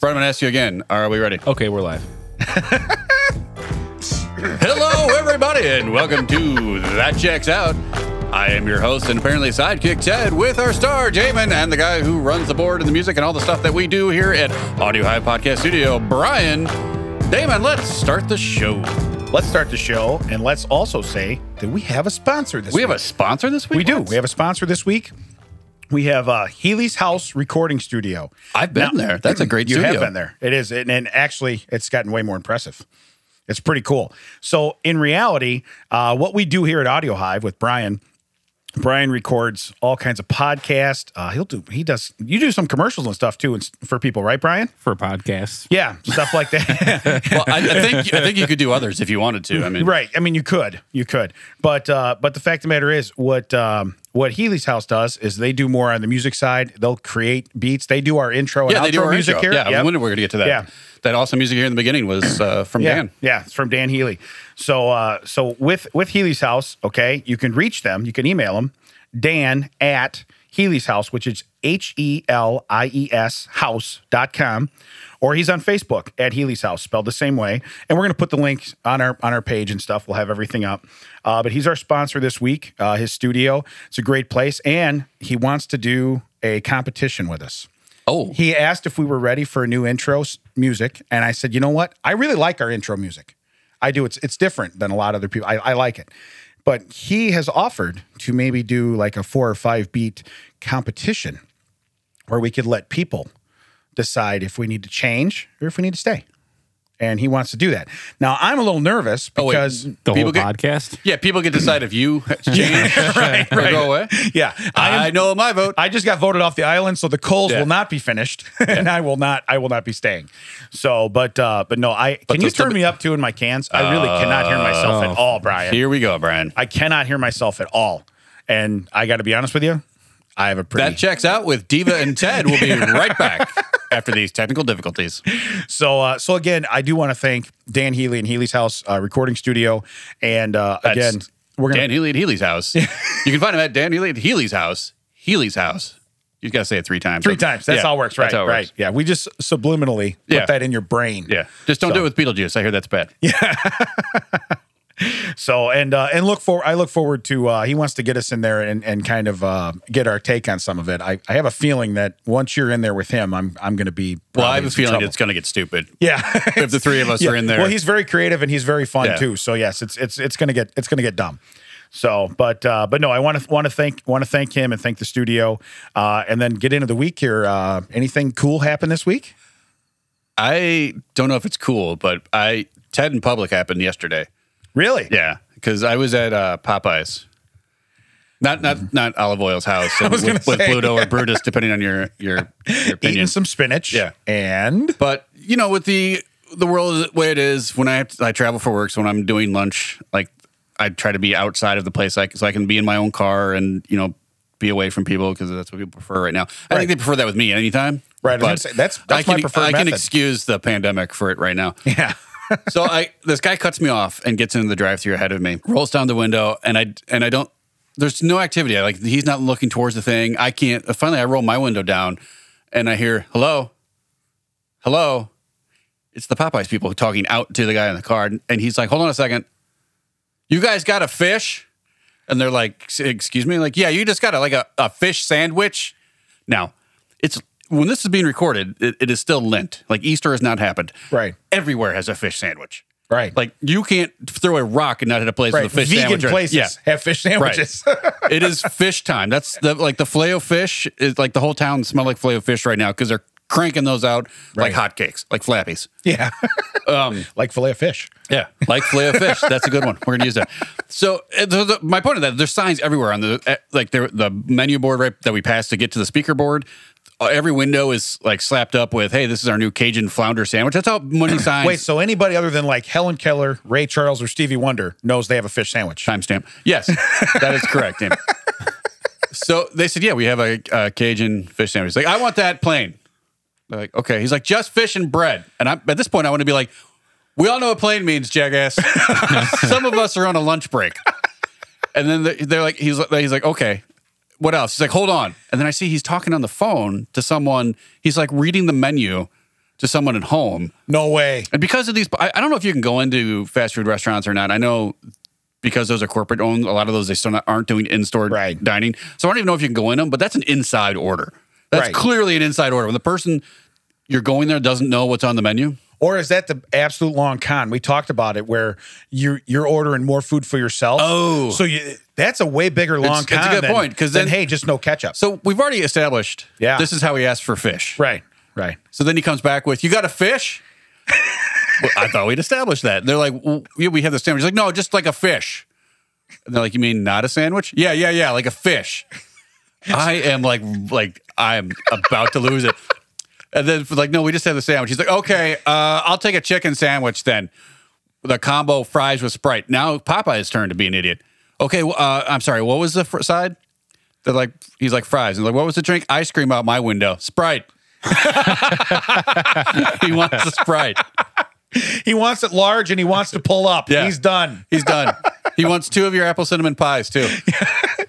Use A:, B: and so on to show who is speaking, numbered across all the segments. A: Brian, I'm going to ask you again. Are we ready?
B: Okay, we're live.
A: Hello, everybody, and welcome to That Checks Out. I am your host and apparently sidekick Ted with our star Jamin and the guy who runs the board and the music and all the stuff that we do here at Audio High Podcast Studio, Brian. Damon, let's start the show.
C: Let's start the show, and let's also say that we have a sponsor this
A: We
C: week.
A: have a sponsor this week?
C: we do. We have a sponsor this week. We have uh, Healy's House Recording Studio.
A: I've been there. That's a great
C: you
A: studio.
C: have been there. It is, and, and actually, it's gotten way more impressive. It's pretty cool. So, in reality, uh, what we do here at Audio Hive with Brian, Brian records all kinds of podcasts. Uh, he'll do. He does. You do some commercials and stuff too, and s- for people, right, Brian?
B: For podcasts.
C: Yeah, stuff like that.
A: Well, I, I think I think you could do others if you wanted to. I mean,
C: Right. I mean, you could, you could, but uh, but the fact of the matter is, what um, what Healy's House does is they do more on the music side. They'll create beats. They do our intro
A: yeah,
C: and
A: they do
C: outro
A: our
C: music
A: intro.
C: here.
A: Yeah, I
C: Yep.
A: wonder we're going to get to that.
C: Yeah.
A: That awesome music here in the beginning was uh, from
C: yeah,
A: Dan.
C: yeah, it's from Dan Healy. So uh, so with with Healy's House, okay, you can reach them. You can email them, Dan at Healy's House, which is H E L I E S House dot com, or he's on Facebook at Healy's House, spelled the same way. And we're gonna put the links on our on our page and stuff. We'll have everything up. Uh, but he's our sponsor this week. Uh, his studio, it's a great place, and he wants to do a competition with us
A: Oh,
C: he asked if we were ready for a new intro s- music, and I said, you know what? I really like our intro music. I do. It's it's different than a lot of other people. I, I like it. But he has offered to maybe do like a four or five beat competition where we could let people decide if we need to change or if we need to stay. And he wants to do that. Now I'm a little nervous
A: Oh, wait.
C: because
B: The
A: People
B: whole
A: get-
B: podcast.
A: yeah, people can decide if you change
C: right,
A: or go away.
C: yeah, I am
A: I know my vote.
C: I just got voted off the island, so the coals
A: Yeah.
C: will not be finished, and I will not. I will not be staying. So, but uh, but no, I can you
A: the- Oh.
C: turn me up too in my cans? I really cannot hear myself at all, Brian.
A: Here we go, Brian.
C: I cannot hear myself at all, and I got to be honest with you, I have a pretty.
A: That checks out with Diva and Ted. We'll be right back after these technical difficulties.
C: So uh, so again, I do want to thank Dan Healy and Healy's House uh, Recording Studio, and uh,
A: That's
C: again, we're gonna
A: Dan Healy at Healy's house. you can find him at Dan Healy at Healy's house. Healy's house. You got to say it three times.
C: three times. That's
A: Yeah,
C: how it works, right?
A: that's how it
C: right?
A: works.
C: Yeah, we just subliminally
A: Yeah.
C: put that in your brain.
A: Yeah. Just don't
C: So-
A: do it with Beetlejuice. I hear that's bad. Yeah.
C: So and uh, and look for I look forward to uh, he wants to get us in there and, and kind of uh, get our take on some of it. I, I have a feeling that once you're in there with him, I'm I'm going to be
A: Well,
C: probably
A: I have
C: in
A: a
C: some
A: feeling
C: trouble.
A: it's going to get stupid
C: yeah.
A: if the three of us
C: Yeah.
A: are in there.
C: Well, he's very creative and he's very fun
A: Yeah.
C: too. So yes, it's it's it's gonna get it's gonna get dumb. So, but uh, but no, I want to want to thank want to thank him and thank the studio, uh, and then get into the week here. Uh, anything cool happen this week?
A: I don't know if it's cool, but I Ted in public happened yesterday.
C: Really?
A: Yeah, because I was at uh, Popeyes. Not not not olive oil's house and
C: Mm-hmm. was
A: with,
C: gonna
A: with
C: say.
A: Pluto or Brutus, depending on your your, your
C: Eating
A: opinion.
C: some spinach.
A: Yeah.
C: and
A: but you know, with the the world the way it is, when I have to, I travel for work, so when I'm doing lunch, like I try to be outside of the place, like so I can be in my own car and you know be away from people because that's what people prefer right now. I
C: Right.
A: think they prefer that with me anytime.
C: Right, I was
A: but
C: gonna say, that's-
A: I
C: that's my
A: can, e-
C: preferred
A: I can
C: method.
A: excuse the pandemic for it right now.
C: yeah,
A: so I this guy cuts me off and gets into the drive-through ahead of me, rolls down the window, and I and I don't. There's no activity. I, like he's not looking towards the thing. I can't. Finally, I roll my window down, and I hear hello, hello. It's the Popeyes people talking out to the guy in the car, and he's like, "Hold on a second, you guys got a fish?" And they're like, "Ex- "Excuse me?" Like, "Yeah, you just got a, like a, a fish sandwich." Now, it's when this is being recorded, it, it is still Lent. Like Easter has not happened
C: right,
A: everywhere has a fish sandwich.
C: right.
A: Like you can't throw a rock and not hit a place
C: right.
A: with a fish
C: Vegan
A: sandwich. or-
C: places
A: Yeah.
C: have fish sandwiches.
A: it is fish time. That's the like the filet fish is like the whole town smell like filet fish right now because they're cranking those out like hotcakes, like flappies.
C: Yeah. like filet of fish.
A: Yeah, like filet of fish. That's a good one. We're gonna use that. So, uh, the, the- my point of that, there's signs everywhere on the uh, like the, the menu board right that we passed to get to the speaker board. Uh, Every window is like slapped up with, "Hey, this is our new Cajun flounder sandwich." That's how many signs.
C: Wait, so anybody other than like Helen Keller, Ray Charles, or Stevie Wonder knows they have a fish sandwich.
A: timestamp. Yes, that is correct. Damn it. so they said, yeah, we have a, a Cajun fish sandwich. He's like, I want that plain. They're like, okay. He's like, just fish and bread. And I'm, at this point, I want to be like, we all know what plain means, jackass. Some of us are on a lunch break. And then they- they're like, he's, like- he's like, okay, what else? He's like, hold on. And then I see he's talking on the phone to someone. He's like reading the menu to someone at home.
C: No way.
A: And because of these, I, I don't know if you can go into fast food restaurants or not. I know because those are corporate owned, a lot of those they still not, aren't doing in store
D: Right.
A: dining. So I don't even know if you can go in them, but that's an inside order. That's
D: Right.
A: clearly an inside order. When the person you're going there doesn't know what's on the menu,
C: Or is that the absolute long con? We talked about it where you you're ordering more food for yourself.
A: Oh.
C: so you, that's a way bigger long
A: it's a
C: con.
A: good
C: than-
A: point, 'cause
C: than,
A: then-
C: hey, just no ketchup.
A: so we've already established
C: Yeah.
A: this is how he asked for fish.
C: right.
D: Right.
A: So then he comes back with, "You got a fish?" well, I thought we'd established that. They're like, well, yeah, "We have the sandwich." He's like, no, just like a fish. And they're like, "You mean not a sandwich?" Yeah, yeah, yeah, like a fish. I am like, like I'm about to lose it. And then like, no, we just have the sandwich. He's like, "Okay, uh, I'll take a chicken sandwich then." The combo fries with Sprite. Now Popeye's turn to be an idiot. Okay, well, uh, I'm sorry. What was the fr- side? They're like, he's like fries. And like, what was the drink? Ice cream out my window. Sprite. He wants a Sprite.
C: He wants it large and he wants to pull up.
A: Yeah.
C: He's done.
A: He's done. He wants two of your apple cinnamon pies too.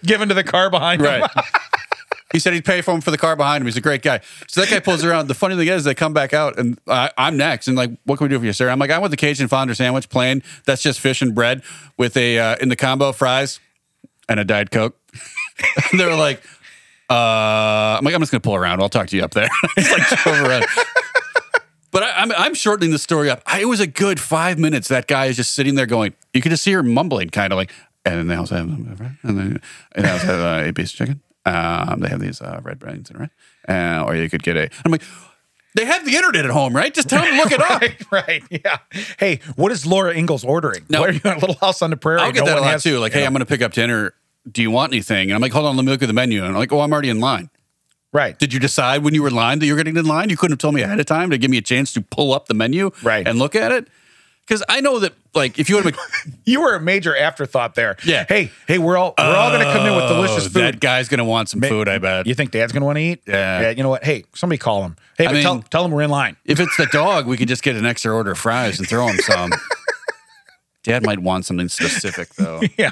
C: Given to the car behind him.
A: Right. He said he'd pay for him for the car behind him. He's a great guy. So that guy pulls around. The funny thing is, they come back out, and I, I'm next. And like, what can we do for you, sir? I'm like, I want the Cajun flounder sandwich, plain. That's just fish and bread with a uh, in the combo fries and a diet coke. and they're like, uh, I'm like, I'm just gonna pull around. I'll talk to you up there. It's like drove around. But I, I'm, I'm shortening the story up. I, it was a good five minutes. That guy is just sitting there going, you could just see her mumbling, kind of like, and then they also have, and then and they also have uh, a piece of chicken. Um, they have these uh, red brains and right, uh, or you could get a. I'm like, they have the internet at home, right? Just tell them to look it up.
C: Right, right, yeah. Hey, what is Laura Ingalls ordering?
A: No.
C: Why are you at a little house on the prairie?
A: I'll get
C: No
A: that a
C: one
A: lot
C: has-
A: too. Like, hey, I'm going to pick up dinner. Do you want anything? And I'm like, hold on, let me look at the menu. And I'm like, oh, I'm already in line.
D: Right.
A: Did you decide when you were in line that you were getting in line? You couldn't have told me ahead of time to give me a chance to pull up the menu
D: Right.
A: and look at it. Because I know that, like, if you want to
C: You were a major afterthought there.
A: Yeah.
C: Hey, hey, we're all we're all going to come in with delicious
A: Oh,
C: food.
A: That guy's gonna want some food, I bet.
C: You think dad's going to want to eat?
A: Yeah.
C: You know what? Hey, somebody call him. Hey,
A: I
C: but tell,
A: mean-
C: tell him we're in line.
A: If it's the dog, we could just get an extra order of fries and throw him some. Dad might want something specific though.
C: Yeah.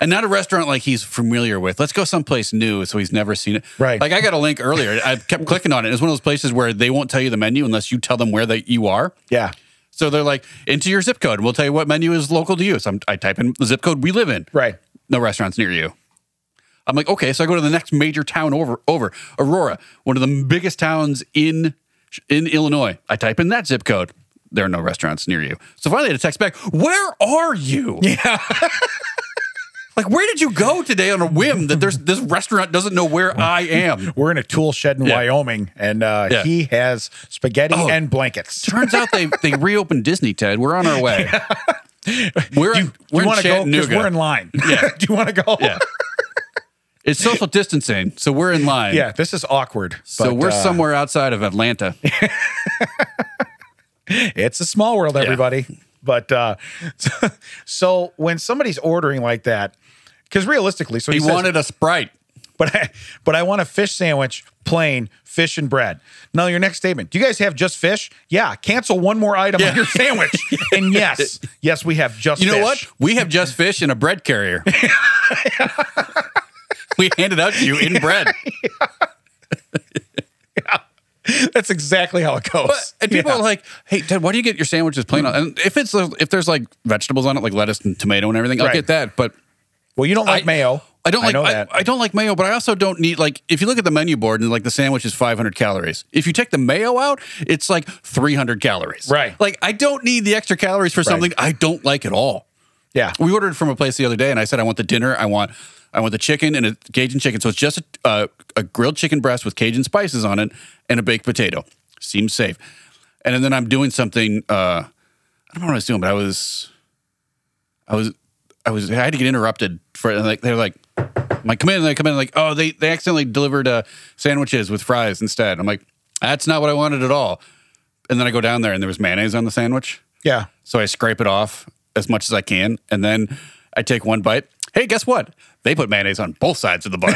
A: And not a restaurant like he's familiar with. Let's go someplace new so he's never seen it.
C: Right.
A: Like I got a link earlier. I kept clicking on it. It's one of those places where they won't tell you the menu unless you tell them where they, you are.
C: Yeah.
A: So they're like, into your zip code. We'll tell you what menu is local to you. So I'm, I type in the zip code we live in.
C: Right.
A: no restaurants near you. I'm like, okay, so I go to the next major town over over Aurora, one of the biggest towns in in Illinois. I type in that zip code. There are no restaurants near you. So finally, I had a text back. Where are you? Yeah. like, where did you go today on a whim that there's this restaurant doesn't know where I am?
C: We're in a tool shed in
A: Yeah.
C: Wyoming, and uh,
A: Yeah.
C: he has spaghetti
A: Oh.
C: and blankets.
A: Turns out they they reopened Disney. Ted, we're on our way. We're
C: You,
A: we're
C: you
A: in
C: want to go? Because
A: Chattanooga.
C: we're in line.
A: Yeah.
C: Do you want to go?
A: Yeah. It's social distancing, so we're in line.
C: Yeah, This is awkward.
A: So
C: but,
A: we're
C: uh,
A: somewhere outside of Atlanta.
C: It's a small world, everybody. But uh, so, so when somebody's ordering like that, because realistically, so he,
A: He
C: says,
A: wanted a Sprite.
C: but I, but I want a fish sandwich, plain fish and bread. Now your next statement. Do you guys have just fish? Yeah. Cancel one more item
A: Yeah.
C: on your sandwich. and yes, yes, we have just.
A: You know what?
C: fish.
A: We have just fish in a bread carrier. we hand it out to you in bread.
C: That's exactly how it goes.
A: But, and people
C: Yeah.
A: are like, "Hey, Ted, why do you get your sandwiches plain on?" And if it's uh, if there's like vegetables on it, like lettuce and tomato and everything, I'll
C: Right.
A: get that. But
C: well, you don't like
A: I-
C: mayo.
A: I don't like
C: know
A: I,
C: that.
A: I don't like mayo, but I also don't need like if you look at the menu board and like the sandwich is 500 calories. If you take the mayo out, it's like 300 calories.
C: Right.
A: Like I don't need the extra calories for something I don't like at all.
C: yeah.
A: we ordered from a place the other day, and I said I want the dinner. I want I want the chicken and a Cajun chicken. So it's just a, uh, a grilled chicken breast with Cajun spices on it and a baked potato. Seems safe. And then I'm doing something. Uh, I don't know what I was doing, but I was, I was, I was. I had to get interrupted for and like they were like, I'm like come in, and they come in, like oh they they accidentally delivered uh, sandwiches with fries instead. I'm like that's not what I wanted at all. And then I go down there and there was mayonnaise on the sandwich.
C: Yeah.
A: So I scrape it off as much as I can, and then I take one bite. Hey, guess what? They put mayonnaise on both sides of the bun.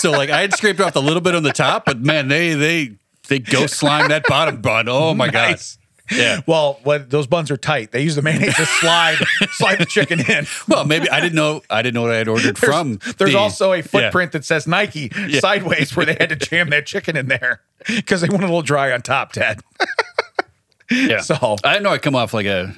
A: so like I had scraped off a little bit on the top, but man, they they they ghost slime that bottom bun. Oh my gosh. Yeah.
B: Well, what, those buns are tight. They use the mayonnaise to slide slide the chicken in.
A: Well, maybe I didn't know. I didn't know what I had ordered from.
B: There's
A: the-
B: also a
A: Yeah.
B: footprint that says Nike sideways where they had to jam that chicken in there because they went a little dry on top, Ted.
A: Yeah.
B: So-
A: I know I come off like a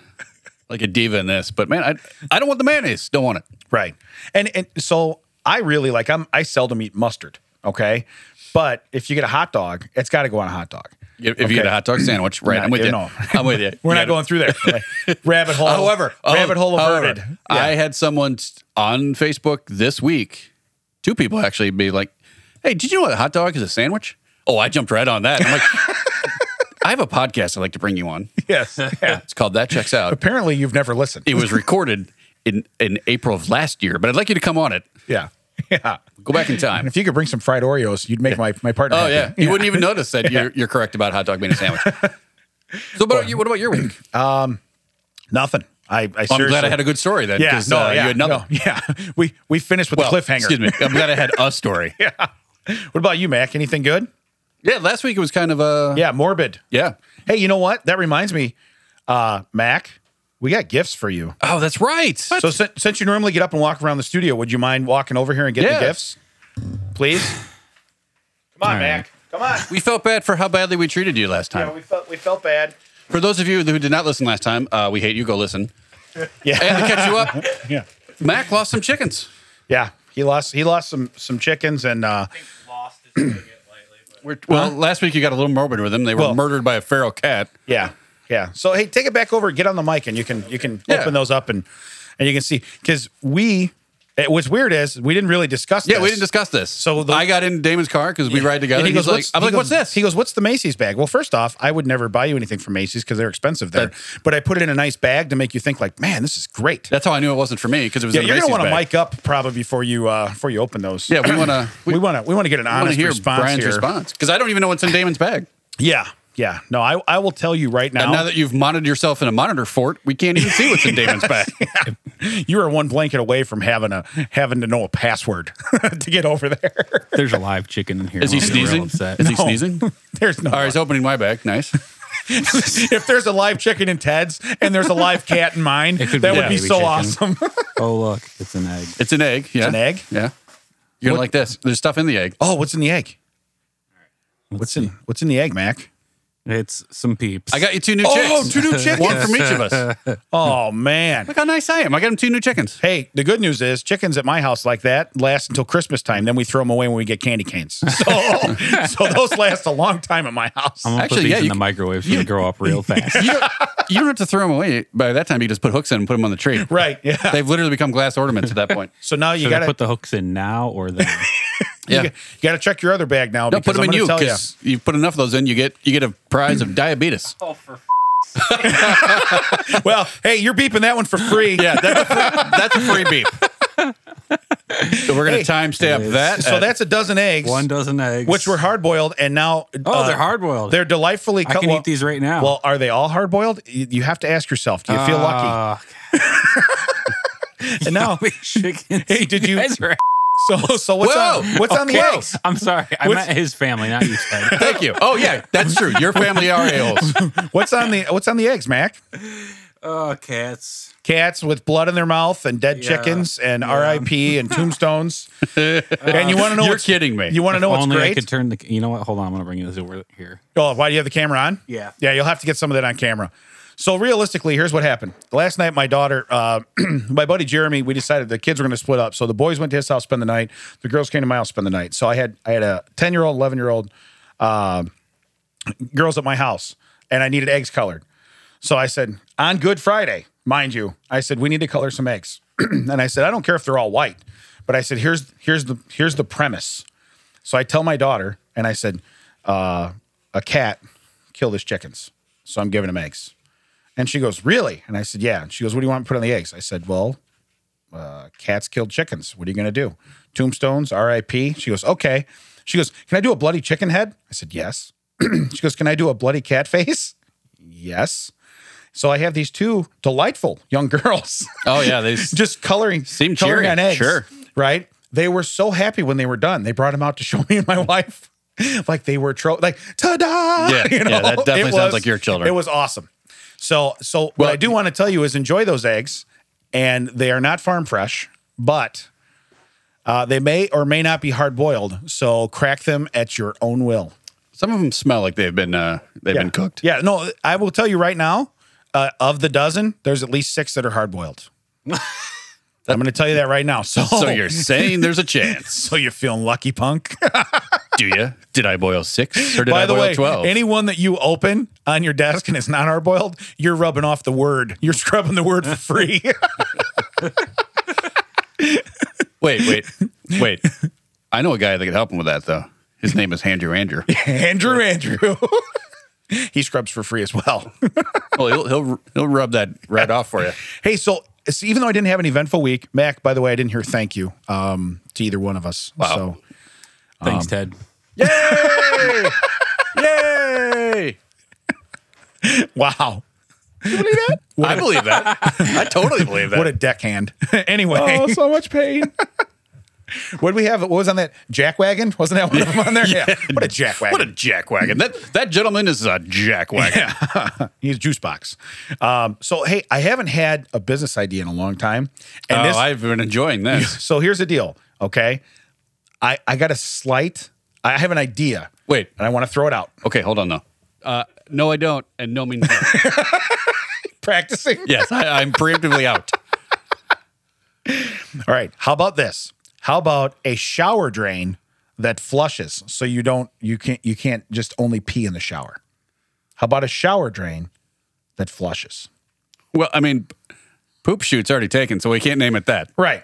A: like a diva in this, but man, I I don't want the mayonnaise. Don't want it.
B: Right.
C: And and so I really like I'm I seldom eat mustard. Okay. But if you get a hot dog, it's gotta go on a hot dog.
A: If if you get a hot dog sandwich, right? I'm with you.
C: no.
A: I'm with you.
B: We're
A: You
B: not going through there. rabbit hole.
A: However, oh,
B: rabbit hole
A: however,
B: averted.
A: I had someone s- on Facebook this week, two people actually be like, "Hey, did you know a hot dog is a sandwich?" Oh, I jumped right on that. I'm like, I have a podcast I'd like to bring you on.
B: Yes. Yeah.
A: It's called That Checks Out.
B: Apparently, you've never listened.
A: It was recorded in in April of last year, but I'd like you to come on it.
B: Yeah. Yeah.
A: Go back in
B: And
A: time.
B: if you could bring some fried Oreos, you'd make my, my partner.
A: Oh
B: happy.
A: yeah, you wouldn't even notice that you're you're correct about hot dog being a sandwich. So, what about you? What about your week?
B: Nothing.
C: I, I
A: I'm glad I
C: seriously-
A: had a good story then.
B: Yeah.
A: 'cause,
B: No,
A: uh,
B: yeah.
A: you had nothing.
B: no, yeah. We we finished with
A: Well,
B: the cliffhanger.
A: Excuse me. I'm glad I had a story.
C: What about you, Mac? Anything good?
A: Yeah, last week it was kind of a yeah.
C: Yeah, morbid. Hey, you know what? That reminds me, uh, Mac, we got gifts for you.
A: Oh, that's right.
C: So since, since you normally get up and walk around the studio, would you mind walking over here and getting
A: Yeah.
C: the gifts? Please? Come on, Mac. Come on.
A: we felt bad for how badly we treated you last time.
C: Yeah, we felt we felt bad.
A: for those of you who did not listen last time, uh, we hate you. Go listen.
C: Yeah.
A: And to catch you up,
B: Yeah.
A: Mac lost some chickens.
C: Yeah. He lost he lost some some chickens and uh
E: lost is doing it lately. But
A: We're, well, last week you got a little morbid with them. They were
C: Well-
A: murdered by a feral cat.
C: yeah. Yeah. So hey, take it back over, get on the mic and you can you can
A: Yeah.
C: open those up and and you can see cuz we it, what's weird is we didn't really discuss
A: Yeah,
C: this.
A: we didn't discuss this.
C: So the-
A: I got in Damon's car because we ride together.
C: And he
A: He's
C: goes,
A: like,
C: what's,
A: I'm
C: he
A: like,
C: goes-
A: what's this?
C: He goes, what's the Macy's bag? Well, first off, I would never buy you anything from Macy's because they're expensive there. but I put it in a nice bag to make you think like, man, this is great.
A: that's how I knew it wasn't for me because it was
C: yeah,
A: in a
C: you're gonna
A: Macy's
C: want to
A: bag.
C: mic up probably before you uh, before you open those.
A: Yeah, we want to.
C: we want to we want to get an
A: I want
C: honest
A: to hear
C: response
A: Brian's
C: here.
A: response because I don't even know what's in Damon's bag.
C: Yeah, yeah. No, I I will tell you right now.
A: And now that you've monitored yourself in a monitor fort, we can't even see what's in Damon's bag.
C: you are one blanket away from having a having to know a password to get over there.
E: there's a live chicken in here.
A: Is he
E: I'm gonna be real
A: sneezing?
E: upset.
A: Is he sneezing? All
C: There's no.
A: right, he's opening my bag. Nice.
C: if there's a live chicken in Ted's and there's a live cat in mine,
E: It could
C: that
E: be
C: would
E: a
C: be
E: baby
C: so
E: chicken.
C: awesome.
E: oh look, it's an egg.
A: It's an egg. Yeah.
C: an egg?
A: Yeah. You're gonna like this. There's stuff in the egg.
C: oh, what's in the egg? What's in What's in the egg, Mac?
E: It's some peeps.
A: I got you two new
C: Oh,
A: chicks.
C: two new
A: One
C: chickens.
A: from each of us. Look
C: oh man.
A: how nice I am. I got him two new chickens.
C: Hey, the good news is chickens at my house like that last until Christmas time. Then we throw them away when we get candy canes. So, so those last a long time at my house.
E: I'm gonna
A: Actually,
E: put these
A: yeah,
E: in
A: you
E: the
A: c-
E: microwave so they grow up real fast.
A: You don't, you don't have to throw them away. By that time, you just put hooks in and put them on the tree.
C: Right. Yeah.
A: They've literally become glass ornaments at that point.
C: So now you
E: Should
C: got to
E: I put the hooks in now or then?
A: Yeah.
C: you got to check your other bag now.
A: No,
C: because
A: put them
C: I'm
A: in
C: gonna
A: you
C: tell ya.
A: because you put enough of those in, you get you get a prize of diabetes.
E: oh, for f-
C: Well, hey, you're beeping that one for free.
A: Yeah, that's a free, that's a free beep. So we're gonna
C: Hey.
A: timestamp that.
C: So
A: at-
C: that's a dozen eggs,
E: one dozen eggs.
C: which were hard boiled, and now uh,
E: Oh, they're hard-boiled.
C: They're delightfully.
E: I
C: cut-
E: can
C: well-
E: eat these right now.
C: Well, are they all hard boiled? You have to ask yourself. Do you feel lucky?
E: Ah,
C: And now,
E: big chickens.
C: Hey, did you-
E: guys are
C: so so what's on
A: Whoa.
C: what's on the
A: Okay.
C: eggs?
E: I'm sorry. I
C: What's-
E: meant his family, not you, Ted.
A: Thank you. Oh yeah, that's true. Your family are a-holes.
C: What's on the what's on the eggs, Mac?
E: oh, cats.
C: Cats with blood in their mouth and dead
E: Yeah.
C: chickens and R.I.P. and tombstones. and you want to know?
A: You're
C: what's,
A: kidding me.
C: You want to know what's
E: Only
C: great?
E: I could turn the. You know what? Hold on. I'm gonna bring this over here.
C: Oh, why do you have the camera on?
E: Yeah.
C: Yeah, you'll have to get some of that on camera. So realistically, here's what happened. Last night, my daughter, uh, my buddy Jeremy, we decided the kids were going to split up. So the boys went to his house, spend the night. The girls came to my house, spend the night. So I had I had a ten year old, eleven year old uh, girls at my house, and I needed eggs colored. So I said on Good Friday, mind you, I said we need to color some eggs, and I said I don't care if they're all white, but I said here's here's the here's the premise. So I tell my daughter, and I said, uh, a cat killed his chickens. So I'm giving him eggs. And she goes, Really? And I said, Yeah. And she goes, What do you want to put on the eggs? I said, Well, uh, cats killed chickens. What are you going to do? Tombstones, RIP. She goes, Okay. She goes, Can I do a bloody chicken head? I said, Yes. she goes, Can I do a bloody cat face? yes. So I have these two delightful young girls
A: Oh yeah, they
C: just coloring,
A: Seem
C: coloring
A: cheery,
C: on eggs.
A: sure.
C: right? They were so happy when they were done. They brought them out to show me and my wife, like they were tro- like ta da.
A: Yeah, yeah, that definitely sounds like your children.
C: It was awesome. So, so what
A: Well-
C: I do want to tell you is enjoy those eggs, and they are not farm fresh, but uh, they may or may not be hard boiled. So crack them at your own will.
A: Some of them smell like they've been uh, they've been cooked.
C: Yeah, no, I will tell you right now. Uh, of the dozen, there's at least six that are hard boiled. I'm going to tell you that right now. So,
A: So you're saying there's a chance,
C: so you're feeling lucky, punk.
A: do you? Did I boil six or did
C: By
A: I
C: the
A: boil
C: way,
A: twelve?
C: anyone that you open on your desk and it's not hard boiled, you're rubbing off the word. You're scrubbing the word for free.
A: wait, wait, wait. I know a guy that could help him with that though. His name is Andrew Andrew.
C: Andrew, Andrew. he scrubs for free as well.
A: Well, he'll he'll he'll rub that right off for you.
C: hey, so, so even though I didn't have an eventful week, Mac, by the way, I didn't hear thank you um, to either one of us.
A: Wow.
C: So Um,
E: Thanks, Ted.
A: Yay!
C: wow.
A: I believe that. I totally believe that.
C: What a deckhand. anyway,
F: so much pain.
C: what did we have? What was on that jack wagon? Wasn't that one of them on there? Yeah. What a jack wagon.
A: What a jackwagon. That that gentleman is a jackwagon.
C: He's juice box. Um, so hey, I haven't had a business idea in a long time, and
A: oh,
C: this
A: I've been enjoying this.
C: So here's the deal, okay? I I got a slight. I have an idea,
A: Wait.
C: and I want to throw it out.
A: Okay, hold on though. Uh, no, I don't, and no means no.
C: Practicing.
A: yes, I, I'm preemptively out.
C: All right. How about this? How about a shower drain that flushes, so you don't you can't you can't just only pee in the shower. How about a shower drain that flushes?
A: Well, I mean, poop shoot's already taken, so we can't name it that.
C: Right.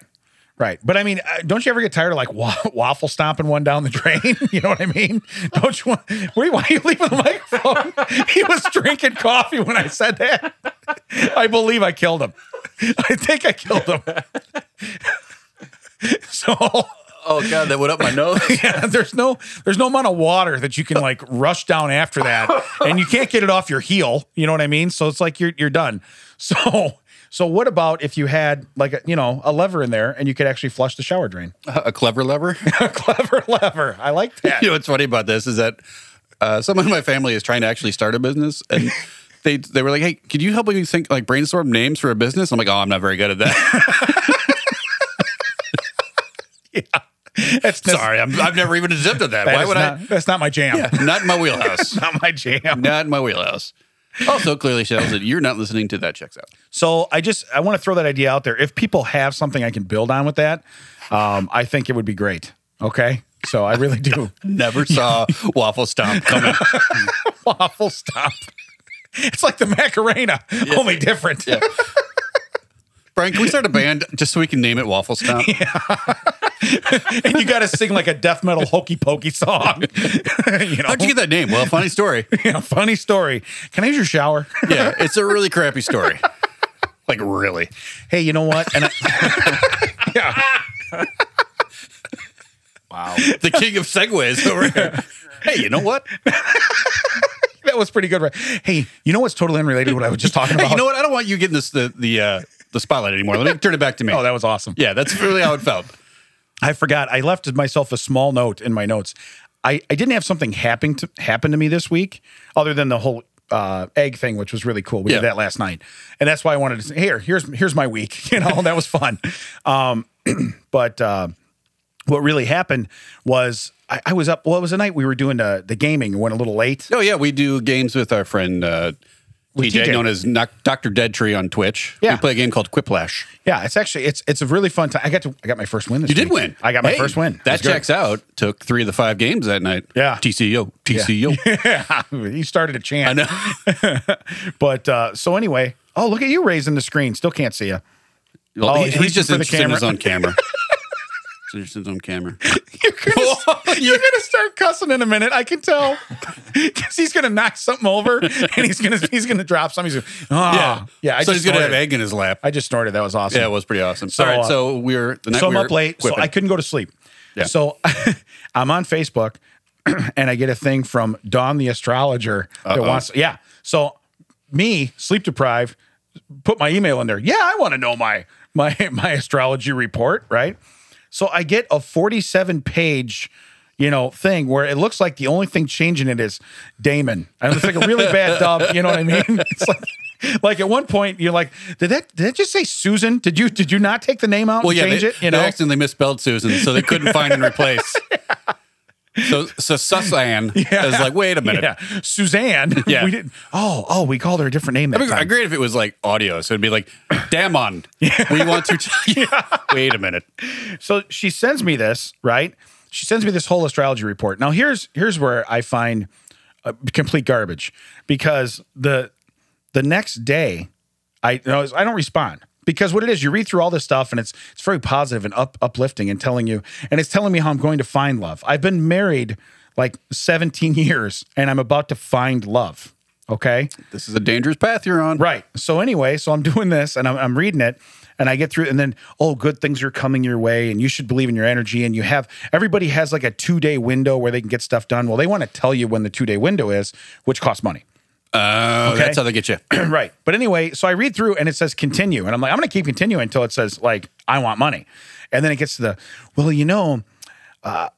C: Right. But I mean, uh, don't you ever get tired of like wa- waffle stomping one down the drain? You know what I mean? Don't you want, wait, why are you leaving the microphone? he was drinking coffee when I said that. I believe I killed him. I think I killed him. so
A: Oh god, that went up my nose.
C: yeah, there's no there's no amount of water that you can like rush down after that, and you can't get it off your heel. You know what I mean? So it's like you're you're done. So so what about if you had like a, you know a lever in there and you could actually flush the shower drain?
A: a clever lever.
C: A clever lever. I like that.
A: you know what's funny about this is that uh, someone in my family is trying to actually start a business and. They, they were like, hey, could you help me think like brainstorm names for a business? I'm like, oh, I'm not very good at that.
C: That's, that's-
A: Sorry, I'm, I've never even attempted that.
C: that
A: Why
C: is
A: would
C: not, That's not my jam.
A: I? Not in my wheelhouse.
C: Not my jam.
A: not in my wheelhouse. Also, clearly shows that you're not listening to that. Checks out.
C: So I just I want to throw that idea out there. If people have something I can build on with that, um, I think it would be great. Okay. So I really do.
A: Never saw waffle stomp coming.
C: waffle stop. It's like the Macarena, only different.
A: Brian, can we start a band just so we can name it Waffle Stomp?
C: and you got to sing like a death metal hokey pokey song. you know,
A: How'd you get that name? Well, funny story.
C: Yeah, funny story. Can I use your shower?
A: Yeah, it's a really crappy story. Like really.
C: hey, you know what? And I,
E: Wow.
A: The king of segues over here. Hey, you know what?
C: that was pretty good. Right? Hey, you know what's totally unrelated to what I was just talking about?
A: Hey, you know what? I don't want you getting this the the uh, the spotlight anymore. Let me turn it back to me.
C: Oh, that was awesome.
A: yeah, that's really how it felt.
C: I forgot. I left myself a small note in my notes. I, I didn't have something happen to happen to me this week, other than the whole uh, egg thing, which was really cool. We
A: Yeah.
C: did that last night, and that's why I wanted to say, here, here's here's my week. You know, that was fun. Um, but uh, what really happened was I, I was up. Well, it was a night we were doing the the gaming. It Went a little late.
A: Oh yeah, we do games with our friend uh, TJ,
C: TJ.
A: known as Noc- Dr. Dead Tree on Twitch.
C: Yeah.
A: We play a game called Quiplash.
C: Yeah, it's actually it's it's a really fun time. I got to I got my first win. This
A: You did
C: week.
A: win.
C: I got my
A: Hey,
C: first win. It
A: That
C: was good.
A: checks out. Took three of the five games that night.
C: Yeah.
A: TCO. TCO.
C: you started a chant.
A: I know.
C: But uh, so anyway, oh look at you raising the screen. Still can't see you.
A: Well,
C: Oh,
A: he-
C: he's
A: he's
C: reaching
A: just
C: for the
A: interested in his
C: camera.
A: own camera. He's interested in his own camera.
C: You're gonna,
A: Oh,
C: you're gonna start cussing in a minute. I can tell because he's gonna knock something over and he's gonna he's gonna drop something. He's gonna, yeah, Ah, yeah. I
A: so he's
C: just
A: gonna have
C: snorted.
A: egg in his lap.
C: I just snorted. That was awesome.
A: Yeah, it was pretty awesome.
C: So,
A: All right,
C: uh,
A: so we're the night
C: so I'm
A: we were
C: up late, so
A: quipping.
C: I couldn't go to sleep.
A: Yeah.
C: So I'm on Facebook, and I get a thing from Don the astrologer that wants. Yeah. So me sleep deprived, put my email in there. Yeah, I want to know my my my astrology report, right? So I get a 47 page you know, thing where it looks like the only thing changing it is Damon. And it's like a really bad dub. You know what I mean? It's like, like at one point you're like, did that did that just say Susan? Did you did you not take the name out
A: Well,
C: and
A: yeah,
C: change
A: they,
C: it? You know,
A: they accidentally misspelled Susan, so they couldn't find and replace. So, so Susan is like, wait a minute.
C: yeah, Suzanne.
A: Yeah.
C: we didn't. Oh, oh, we called her a different name. That
A: I mean,
C: time.
A: I'd great if it was like audio, so it'd be like, damn on, we want to. Tell you. Wait a minute.
C: so she sends me this right she sends me this whole astrology report now here's here's where i find uh, complete garbage because the the next day i no, i don't respond because what it is you read through all this stuff and it's it's very positive and up, uplifting and telling you and it's telling me how i'm going to find love i've been married like 17 years and i'm about to find love okay
A: This is a dangerous path you're on.
C: Right. So anyway, so I'm doing this and I'm, I'm reading it and I get through and then, oh, good things are coming your way and you should believe in your energy. And you have everybody has like a two day window where they can get stuff done. Well, they want to tell you when the two day window is, which costs money.
A: Oh,
C: Okay.
A: that's how they get you.
C: right. But anyway, so I read through and it says continue. And I'm like, I'm going to keep continuing until it says, like, I want money. And then it gets to the, well, you know, uh,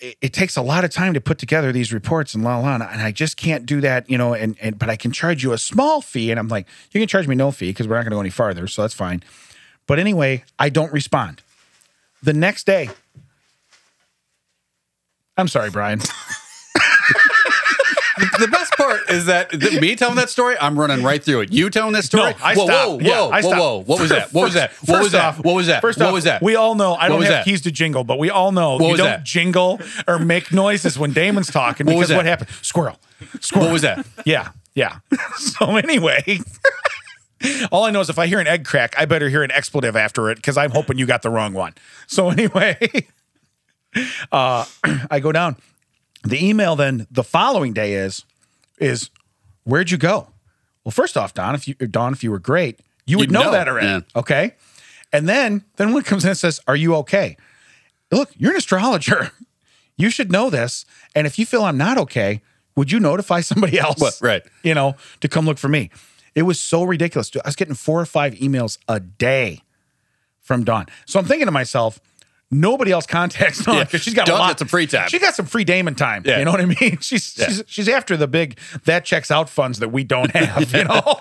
C: it, it takes a lot of time to put together these reports and la la, la, and I just can't do that, you know. And and but I can charge you a small fee, and I'm like, you can charge me no fee because we're not going to go any farther, so that's fine. But anyway, I don't respond. The next day, I'm sorry, Brian.
A: the best part is that th- me telling that story, I'm running right through it. You telling that story,
C: I
A: whoa,
C: stopped.
A: whoa,
C: Yeah,
A: whoa,
C: I
A: whoa,
C: stopped.
A: whoa, what was that? What was that? What
C: First
A: was that?
C: off-
A: What was that?
C: First
A: What
C: off,
A: was that?
C: We all know. I
A: What
C: don't
A: was
C: have
A: that?
C: keys to jingle, but we all know you
A: was
C: don't
A: that?
C: jingle or make noises when Damon's talking
A: What
C: because
A: was
C: what
A: that?
C: happened? Squirrel. Squirrel.
A: What was that?
C: Yeah, yeah. so anyway, all I know is if I hear an egg crack, I better hear an expletive after it because I'm hoping you got the wrong one. So anyway, uh, I go down. The email then the following day is is where'd you go? Well, first off, Don, if you Don, if you were great, you would
A: You'd
C: know,
A: know,
C: that already.
A: yeah.
C: Okay. And then then one comes in and says, Are you okay? Look, you're an astrologer. You should know this. And if you feel I'm not okay, would you notify somebody else?
A: What? Right.
C: You know, to come look for me. It was so ridiculous. dude. I was getting four or five emails a day from Dawn. So I'm thinking to myself, nobody else contacts Dawn
A: Yeah.
C: because she's got a
A: Dawn
C: lot
A: got some free time.
C: She got some free Damon time.
A: Yeah.
C: You know what I mean? She's, she's she's after the big that checks out funds that we don't have. You know.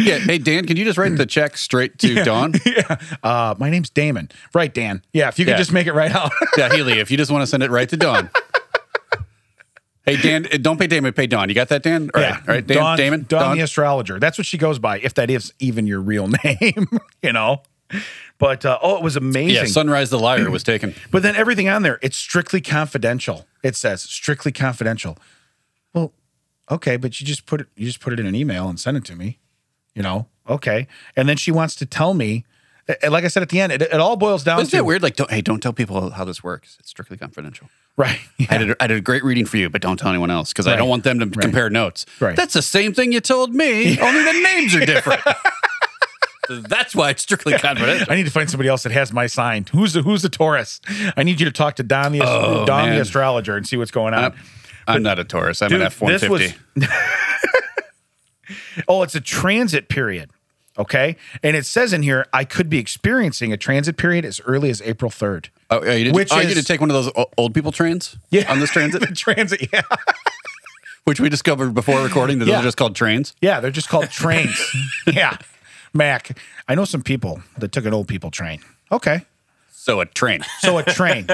A: Yeah. Hey, Dan, can you just write the check straight to Don?
C: Uh, my name's Damon. Right, Dan. Yeah, if you could
A: Yeah.
C: just make it right out.
A: Yeah, Healy, if you just want to send it right to Don. Hey, Dan, eh, don't pay Damon, pay Don. You got that, Dan? All right. All right. Dan,
C: Dawn,
A: Damon?
C: Dawn the astrologer. That's what she goes by, if that is even your real name, you know. But uh, oh, it was amazing.
A: Yeah, Sunrise the Liar was taken.
C: But then everything on there, it's strictly confidential. It says strictly confidential. Well, okay, but you just put it you just put it in an email and send it to me. You know, okay. And then she wants to tell me, and like I said at the end, it, it all boils down
A: Isn't
C: to
A: it weird? Like, don't, hey, don't tell people how this works. It's strictly confidential.
C: right.
A: I did, I did a great reading for you, but don't tell anyone else because I don't want them to compare notes.
C: Right.
A: That's the same thing you told me, only the names are different. So That's why it's strictly confidential.
C: I need to find somebody else that has my sign. Who's the Who's the Taurus? I need you to talk to Don the Don
A: Oh, man.
C: the astrologer and see what's going on.
A: I'm, I'm not a Taurus. I'm an F one
C: this was-
A: fifty.
C: oh, it's a transit period. Okay. And it says in here, I could be experiencing a transit period as early as April 3rd.
A: Oh, yeah, you did,
C: Which
A: oh, you
C: is-
A: did take one of those o- old people trains.
C: Yeah.
A: on this transit,
C: the transit. Yeah.
A: which we discovered before recording that
C: Yeah.
A: those are just called trains.
C: Yeah. They're just called trains. yeah. Mac, I know some people that took an old people train. Okay.
A: So a train.
C: So a train.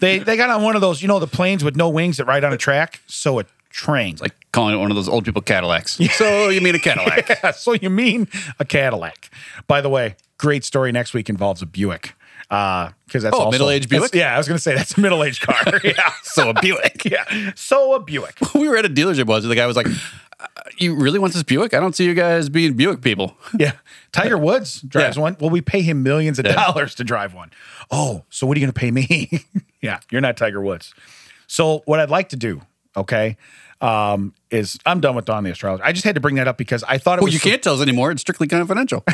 C: they they got on one of those, you know, the planes with no wings that ride on a track. So a train.
A: like calling it one of those old people Cadillacs. So you mean a Cadillac?
C: Yeah, so you mean a Cadillac. By the way, great story next week involves a Buick. Uh, because that's
A: Oh,
C: also-
A: middle-aged
C: that's-
A: Buick?
C: Yeah, I was gonna say that's a middle-aged car. yeah.
A: So a Buick.
C: Yeah. So a Buick.
A: we were at a dealership once, and the guy was like, "Uh, "You really want this Buick? I don't see you guys being Buick people."
C: Yeah. Tiger Woods drives
A: Yeah.
C: one. Well, we pay him millions of dollars to drive one. Oh, so what are you going to pay me? yeah, you're not Tiger Woods. So what I'd like to do, okay, um, is I'm done with Don the astrologer. I just had to bring that up because I thought it
A: Well,
C: was
A: you can't tell us anymore. It's strictly confidential.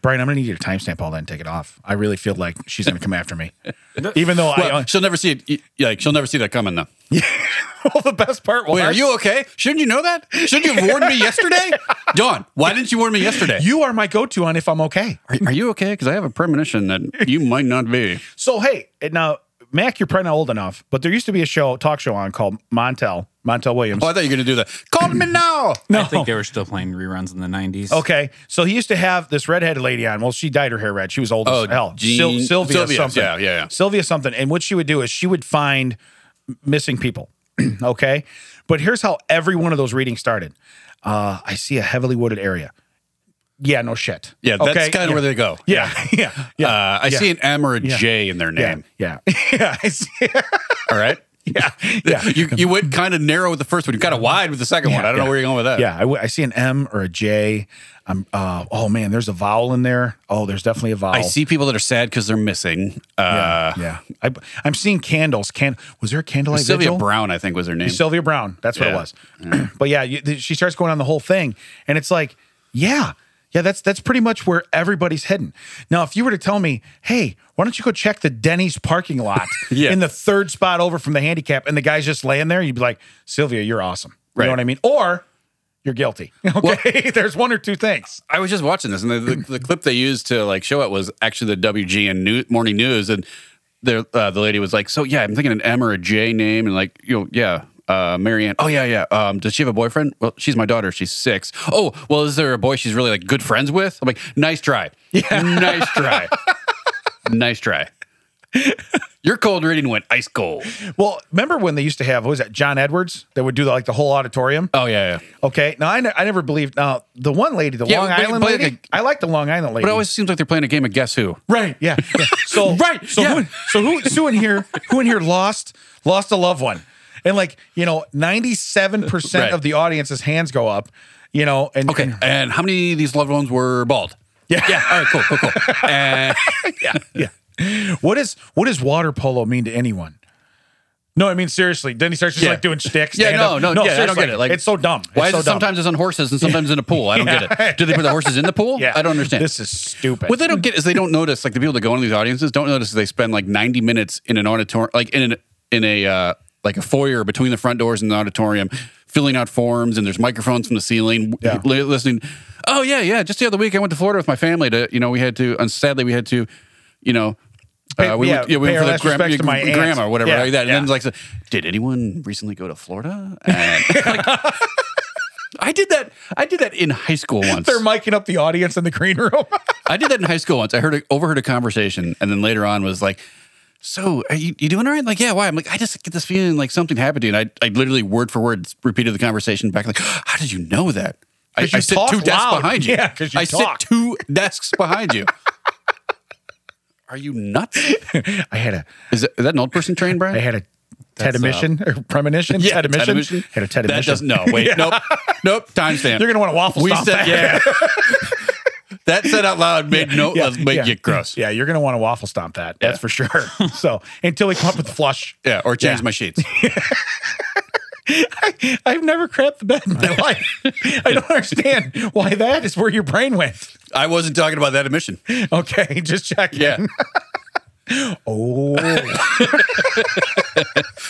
C: Brian. I'm going to need you to timestamp all that and take it off. I really feel like she's going to come after me, even though I. uh,
A: Well, she'll never see it. y- Like she'll never see that coming, though.
C: well, the best part was
A: Wait, are you okay? Shouldn't you know that? Shouldn't you have warned me yesterday, Dawn? Why didn't you warn me yesterday?
C: you are my go-to on if I'm okay.
A: are, are you okay? Because I have a premonition that you might not be.
C: So hey, and now Mac, you're probably not old enough, but there used to be a show, talk show on called Montel, Montel Williams.
A: Oh, I thought you were going to do that. Call me now.
E: I think they were still playing reruns in the 90s.
C: Okay, so he used to have this redheaded lady on. Well, she dyed her hair red. She was old
A: Oh,
C: as hell.
A: Jean-
C: Sil- Sylvia
A: Sylvia,
C: something.
A: yeah, yeah, yeah.
C: Sylvia something. And what she would do is she would find m- missing people. okay, but here's how every one of those readings started. Uh, I see a heavily wooded area. Yeah, no shit.
A: Yeah, that's
C: Okay?
A: kind of
C: Yeah.
A: where they go.
C: Yeah, yeah, yeah,
A: Uh, I
C: yeah.
A: see an M or a J in their
C: yeah,
A: name.
C: yeah, yeah. I see-
A: All right.
C: yeah, yeah.
A: You you went kind of narrow with the first one. You kind of wide with the second one. I don't know
C: yeah.
A: where you're going with that.
C: Yeah, I, w- I see an M or a J. I'm. Uh, oh man, there's a vowel in there. Oh, there's definitely a vowel.
A: I see people that are sad because they're missing. Uh,
C: yeah, I, I'm seeing candles. Can was there a candlelight
A: Sylvia
C: vigil?
A: Brown, I think, was her name.
C: Sylvia Brown. That's what it
A: Yeah.
C: was. but yeah, you, th- she starts going on the whole thing, and it's like, yeah, yeah, that's that's pretty much where everybody's heading. Now, if you were to tell me, hey, why don't you go check the Denny's parking lot
A: Yeah.
C: in the third spot over from the handicap, and the guy's just laying there, you'd be like, Sylvia, you're awesome. You
A: Right.
C: know what I mean? Or you're guilty. Okay, there's one or two things.
A: I was just watching this, and the, the, the clip they used to like show it was actually the WGN new, morning news, and the uh, the lady was like, "So yeah, I'm thinking an M or a J name," and like, you know, yeah, uh, Marianne. Oh yeah, yeah. Um, does she have a boyfriend? Well, she's my daughter. She's six. Oh, well, is there a boy she's really like good friends with? I'm like, nice try. Yeah, nice try. nice try. Your cold reading went ice cold.
C: Well, remember when they used to have what was that John Edwards that would do like the whole auditorium?
A: Oh yeah, yeah.
C: Okay. Now I, ne- I never believed. Now the one lady, the
A: Yeah,
C: Long
A: but-
C: Island
A: but-
C: lady. I like the Long Island lady.
A: But it always seems like they're playing a game of guess who.
C: right. Yeah. yeah. So
A: Right,
C: So
A: yeah.
C: who, so who so in here who in here lost lost a loved one, and like you know ninety seven percent
A: Right.
C: of the audience's hands go up. You know and
A: Okay.
C: and-
A: And how many of these loved ones were bald?
C: Yeah.
A: Yeah. All right. Cool. Cool. Cool. And
C: yeah. What is what does water polo mean to anyone? No, I mean seriously. Then he starts just
A: Yeah.
C: like doing shtick.
A: Yeah,
C: stand
A: no,
C: up.
A: no, yeah, I don't
C: seriously.
A: get it. Like,
C: it's so dumb.
A: Why
C: It's
A: is
C: so
A: it
C: dumb.
A: sometimes it's on horses and sometimes in a pool? I don't get it. Do they put the horses in the pool?
C: Yeah.
A: I don't understand.
C: This is stupid.
A: what they don't get is they don't notice. Like the people that go into these audiences don't notice that they spend like ninety minutes in an auditorium, like in an, in a uh, like a foyer between the front doors and the auditorium, filling out forms and there's microphones from the ceiling,
C: Yeah.
A: li- listening. Oh yeah, yeah. Just the other week I went to Florida with my family to you know we had to and sadly we had to you know.
C: Pay-
A: Uh, we
C: yeah,
A: went, yeah, we went
C: pay
A: for
C: our
A: the
C: last
A: gram-
C: respects to my aunt.
A: grandma or whatever
C: Yeah,
A: like that. And
C: yeah.
A: then it's like, so, did anyone recently go to Florida? And like, I did that. I did that in high school once.
C: They're miking up the audience in the green room.
A: I did that in high school once. I heard a, overheard a conversation, and then later on was like, "So, are you, you doing all right?" Like, "Yeah, why?" I'm like, "I just get this feeling like something happened to you." And I, I literally word for word repeated the conversation back. Like, how did you know that? I,
C: 'Cause you
A: I sit
C: talk
A: two desks
C: loud.
A: behind you.
C: Yeah, 'cause you
A: I
C: talk.
A: sit two desks behind you. Are you nuts?
C: I had a
A: Is that, is that an old person train, Brian?
C: I had a Ted emission or premonition. Ted emission. Had a Ted
A: uh, That
C: emission.
A: doesn't. No, wait. Nope. Nope. Timestamp.
C: You're gonna want a waffle
A: We
C: stomp.
A: said. Yeah. that said out loud made no.
C: Yeah,
A: let's make
C: yeah.
A: you gross.
C: Yeah, you're gonna want to waffle stomp that. That's for sure. so until we come up with the flush,
A: Yeah, or change
C: Yeah.
A: my sheets.
C: I've never crapped the bed in my life. I don't understand why that is where your brain went.
A: I wasn't talking about that admission.
C: Okay, just check.
A: Yeah.
C: Oh,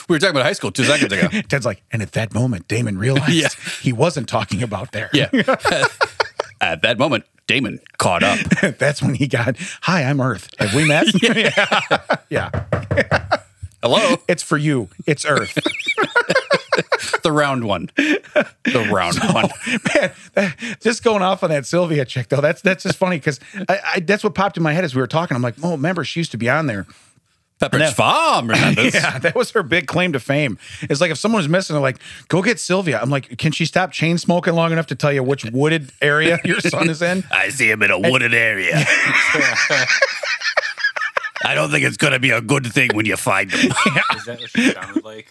A: We were talking about high school two seconds ago.
C: Ted's like, and at that moment, Damon realized
A: Yeah.
C: he wasn't talking about there.
A: Yeah. At that moment, Damon caught up.
C: That's when he got, hi, I'm Earth. Have we met? yeah. yeah.
A: Hello?
C: It's for you. It's Earth.
A: The round one. The round one.
C: man, that- just going off on that Sylvia chick though, that's that's just funny because I, I that's what popped in my head as we were talking. I'm like, oh, remember she used to be on there.
A: Pepperidge Farm, remember?
C: Yeah, that was her big claim to fame. It's like if someone's missing, they're like, go get Sylvia. I'm like, can she stop chain smoking long enough to tell you which wooded area your son is in?
A: I see him in a wooded area. I don't think it's going to be a good thing when you find him.
E: Is that what she sounded like?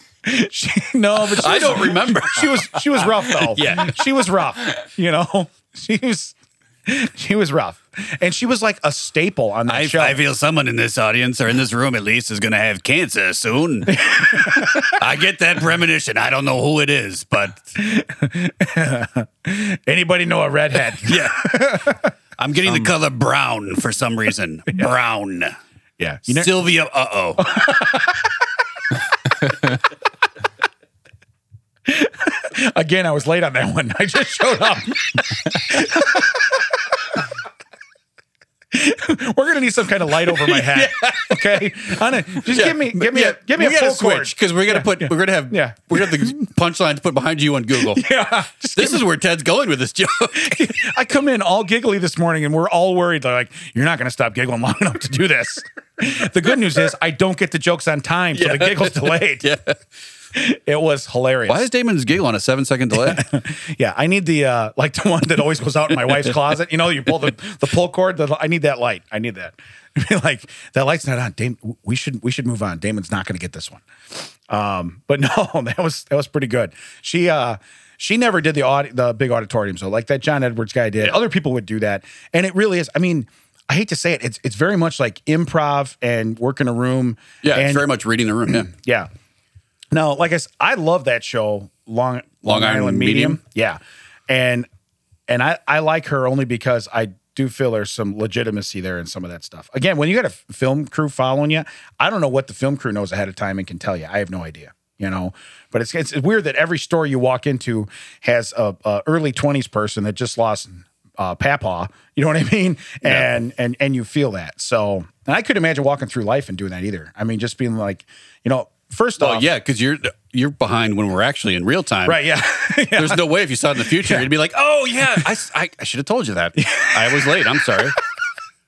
C: She, no, but she
A: I
C: was-
A: don't remember.
C: She was she was rough though.
A: Yeah.
C: she was rough. You know, she was she was rough, and she was like a staple on that
A: I,
C: show.
A: I feel someone in this audience, or in this room at least, is going to have cancer soon. I get that premonition. I don't know who it is, but
C: Anybody know a redhead?
A: Yeah. I'm getting the color brown for some reason. Brown.
C: yeah,
A: Sylvia, uh oh.
C: Again, I was late on that one. I just showed up. We're gonna
B: need some kind of light over my head. Okay, on it. Just give me, give me,
A: Yeah,
B: a, give me
A: we
B: a
A: gotta
B: full cord.
A: switch because we're gonna put we're gonna have
B: yeah.
A: we're gonna have the punchlines put behind you on Google.
B: Yeah.
A: This is where Ted's going with this joke.
B: I come in all giggly this morning and we're all worried. They're like, you're not going to stop giggling long enough to do this. the good news is I don't get the jokes on time, so the
A: Yeah.
B: giggle's delayed.
A: yeah.
B: It was hilarious.
A: Why is Damon's giggle on a seven second delay?
B: Yeah, I need the uh like the one that always goes out in my wife's closet. You know, you pull the, the pull cord. The, I need that light. I need that. like that light's not on. Damon, we should we should move on. Damon's not going to get this one. Um, but no, that was that was pretty good. She uh she never did the aud- the big auditorium. So like that John Edwards guy did. Other people would do that, and it really is. I mean. I hate to say it. It's it's very much like improv and work in a room.
A: Yeah,
B: and
A: it's very much reading the room. Yeah.
B: yeah.
C: No, like I said, I love that show, Long
A: Long Island Medium.
C: Yeah, and and I I like her only because I do feel there's some legitimacy there in some of that stuff. Again, when you got a f- film crew following you, I don't know what the film crew knows ahead of time and can tell you. I have no idea. You know, but it's it's weird that every store you walk into has a, a early twenties person that just lost uh, papa. You know what I mean? And and and you feel that. So and I could imagine walking through life and doing that either. I mean, just being like, you know, first
A: Oh
C: off,
A: yeah, because you're you're behind when we're actually in real time.
B: Right, yeah. yeah.
A: There's no way if you saw it in the future, you'd be like, oh yeah, I, I, I should have told you that. I was late. I'm sorry.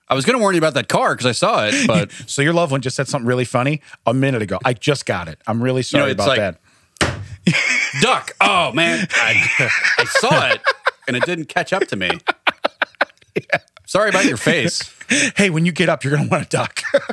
A: I was gonna warn you about that car because I saw it, but
C: So your loved one just said something really funny a minute ago. I just got it. I'm really sorry
A: it's
C: about
A: like-
C: that.
A: duck. Oh man, I, I saw it and it didn't catch up to me. Sorry about your face.
B: hey, when you get up, you're going to want to duck.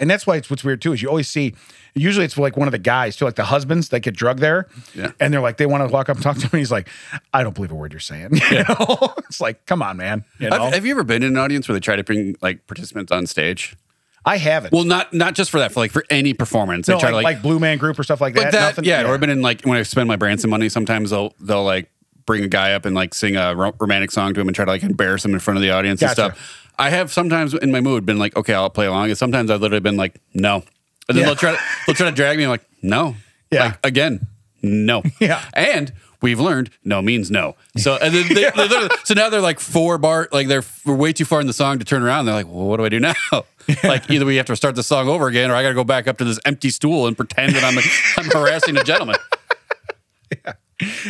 C: And that's why it's what's weird too is you always see. Usually it's like one of the guys too, like the husbands that get drugged there,
A: Yeah.
C: and they're like they want to walk up and talk to him. And he's like, I don't believe a word you're saying. You know? It's like, come on, man. You know,
A: Have, have you ever been in an audience where they try to bring like participants on stage?
C: I haven't.
A: Well, not not just for that, for like for any performance,
C: no,
A: they try
C: like,
A: to like,
C: like Blue Man Group or stuff like that.
A: But that,
C: Nothing-
A: yeah, Or I've been in like when I spend my Branson money, sometimes they'll they'll like bring a guy up and like sing a ro- romantic song to him and try to like embarrass him in front of the audience and
C: Gotcha.
A: stuff. I have sometimes in my mood been like, okay, I'll play along, and sometimes I've literally been like, no, and then
C: Yeah.
A: they'll try to, they'll try to drag me. I'm like, no,
C: Yeah.
A: like, again, no,
C: Yeah.
A: and. We've learned no means no. So and then they, they're literally- so now they're like four bar, like they're f- we're way too far in the song to turn around. They're like, well, what do I do now? like either we have to start the song over again, or I got to go back up to this empty stool and pretend that I'm I'm harassing a gentleman.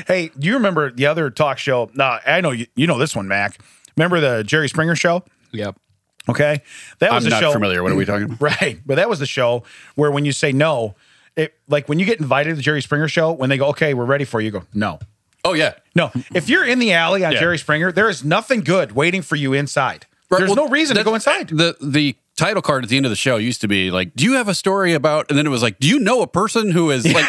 C: Hey, do you remember the other talk show? Nah, I know you, you know this one, Mac. Remember the Jerry Springer show?
E: Yep.
C: Okay, that
A: I'm
C: was a
A: not
C: show.
A: familiar. What are we talking about?
C: Right. But that was the show where when you say no, it like when you get invited to the Jerry Springer show, when they go, okay, we're ready for you, you go, no.
A: Oh yeah,
C: No. If you're in the alley on
A: Yeah.
C: Jerry Springer, there is nothing good waiting for you inside.
A: Right,
C: There's
A: well,
C: no reason to
A: that's-
C: go inside.
A: The the title card at the end of the show used to be like, "Do you have a story about?" And then it was like, "Do you know a person who is like?"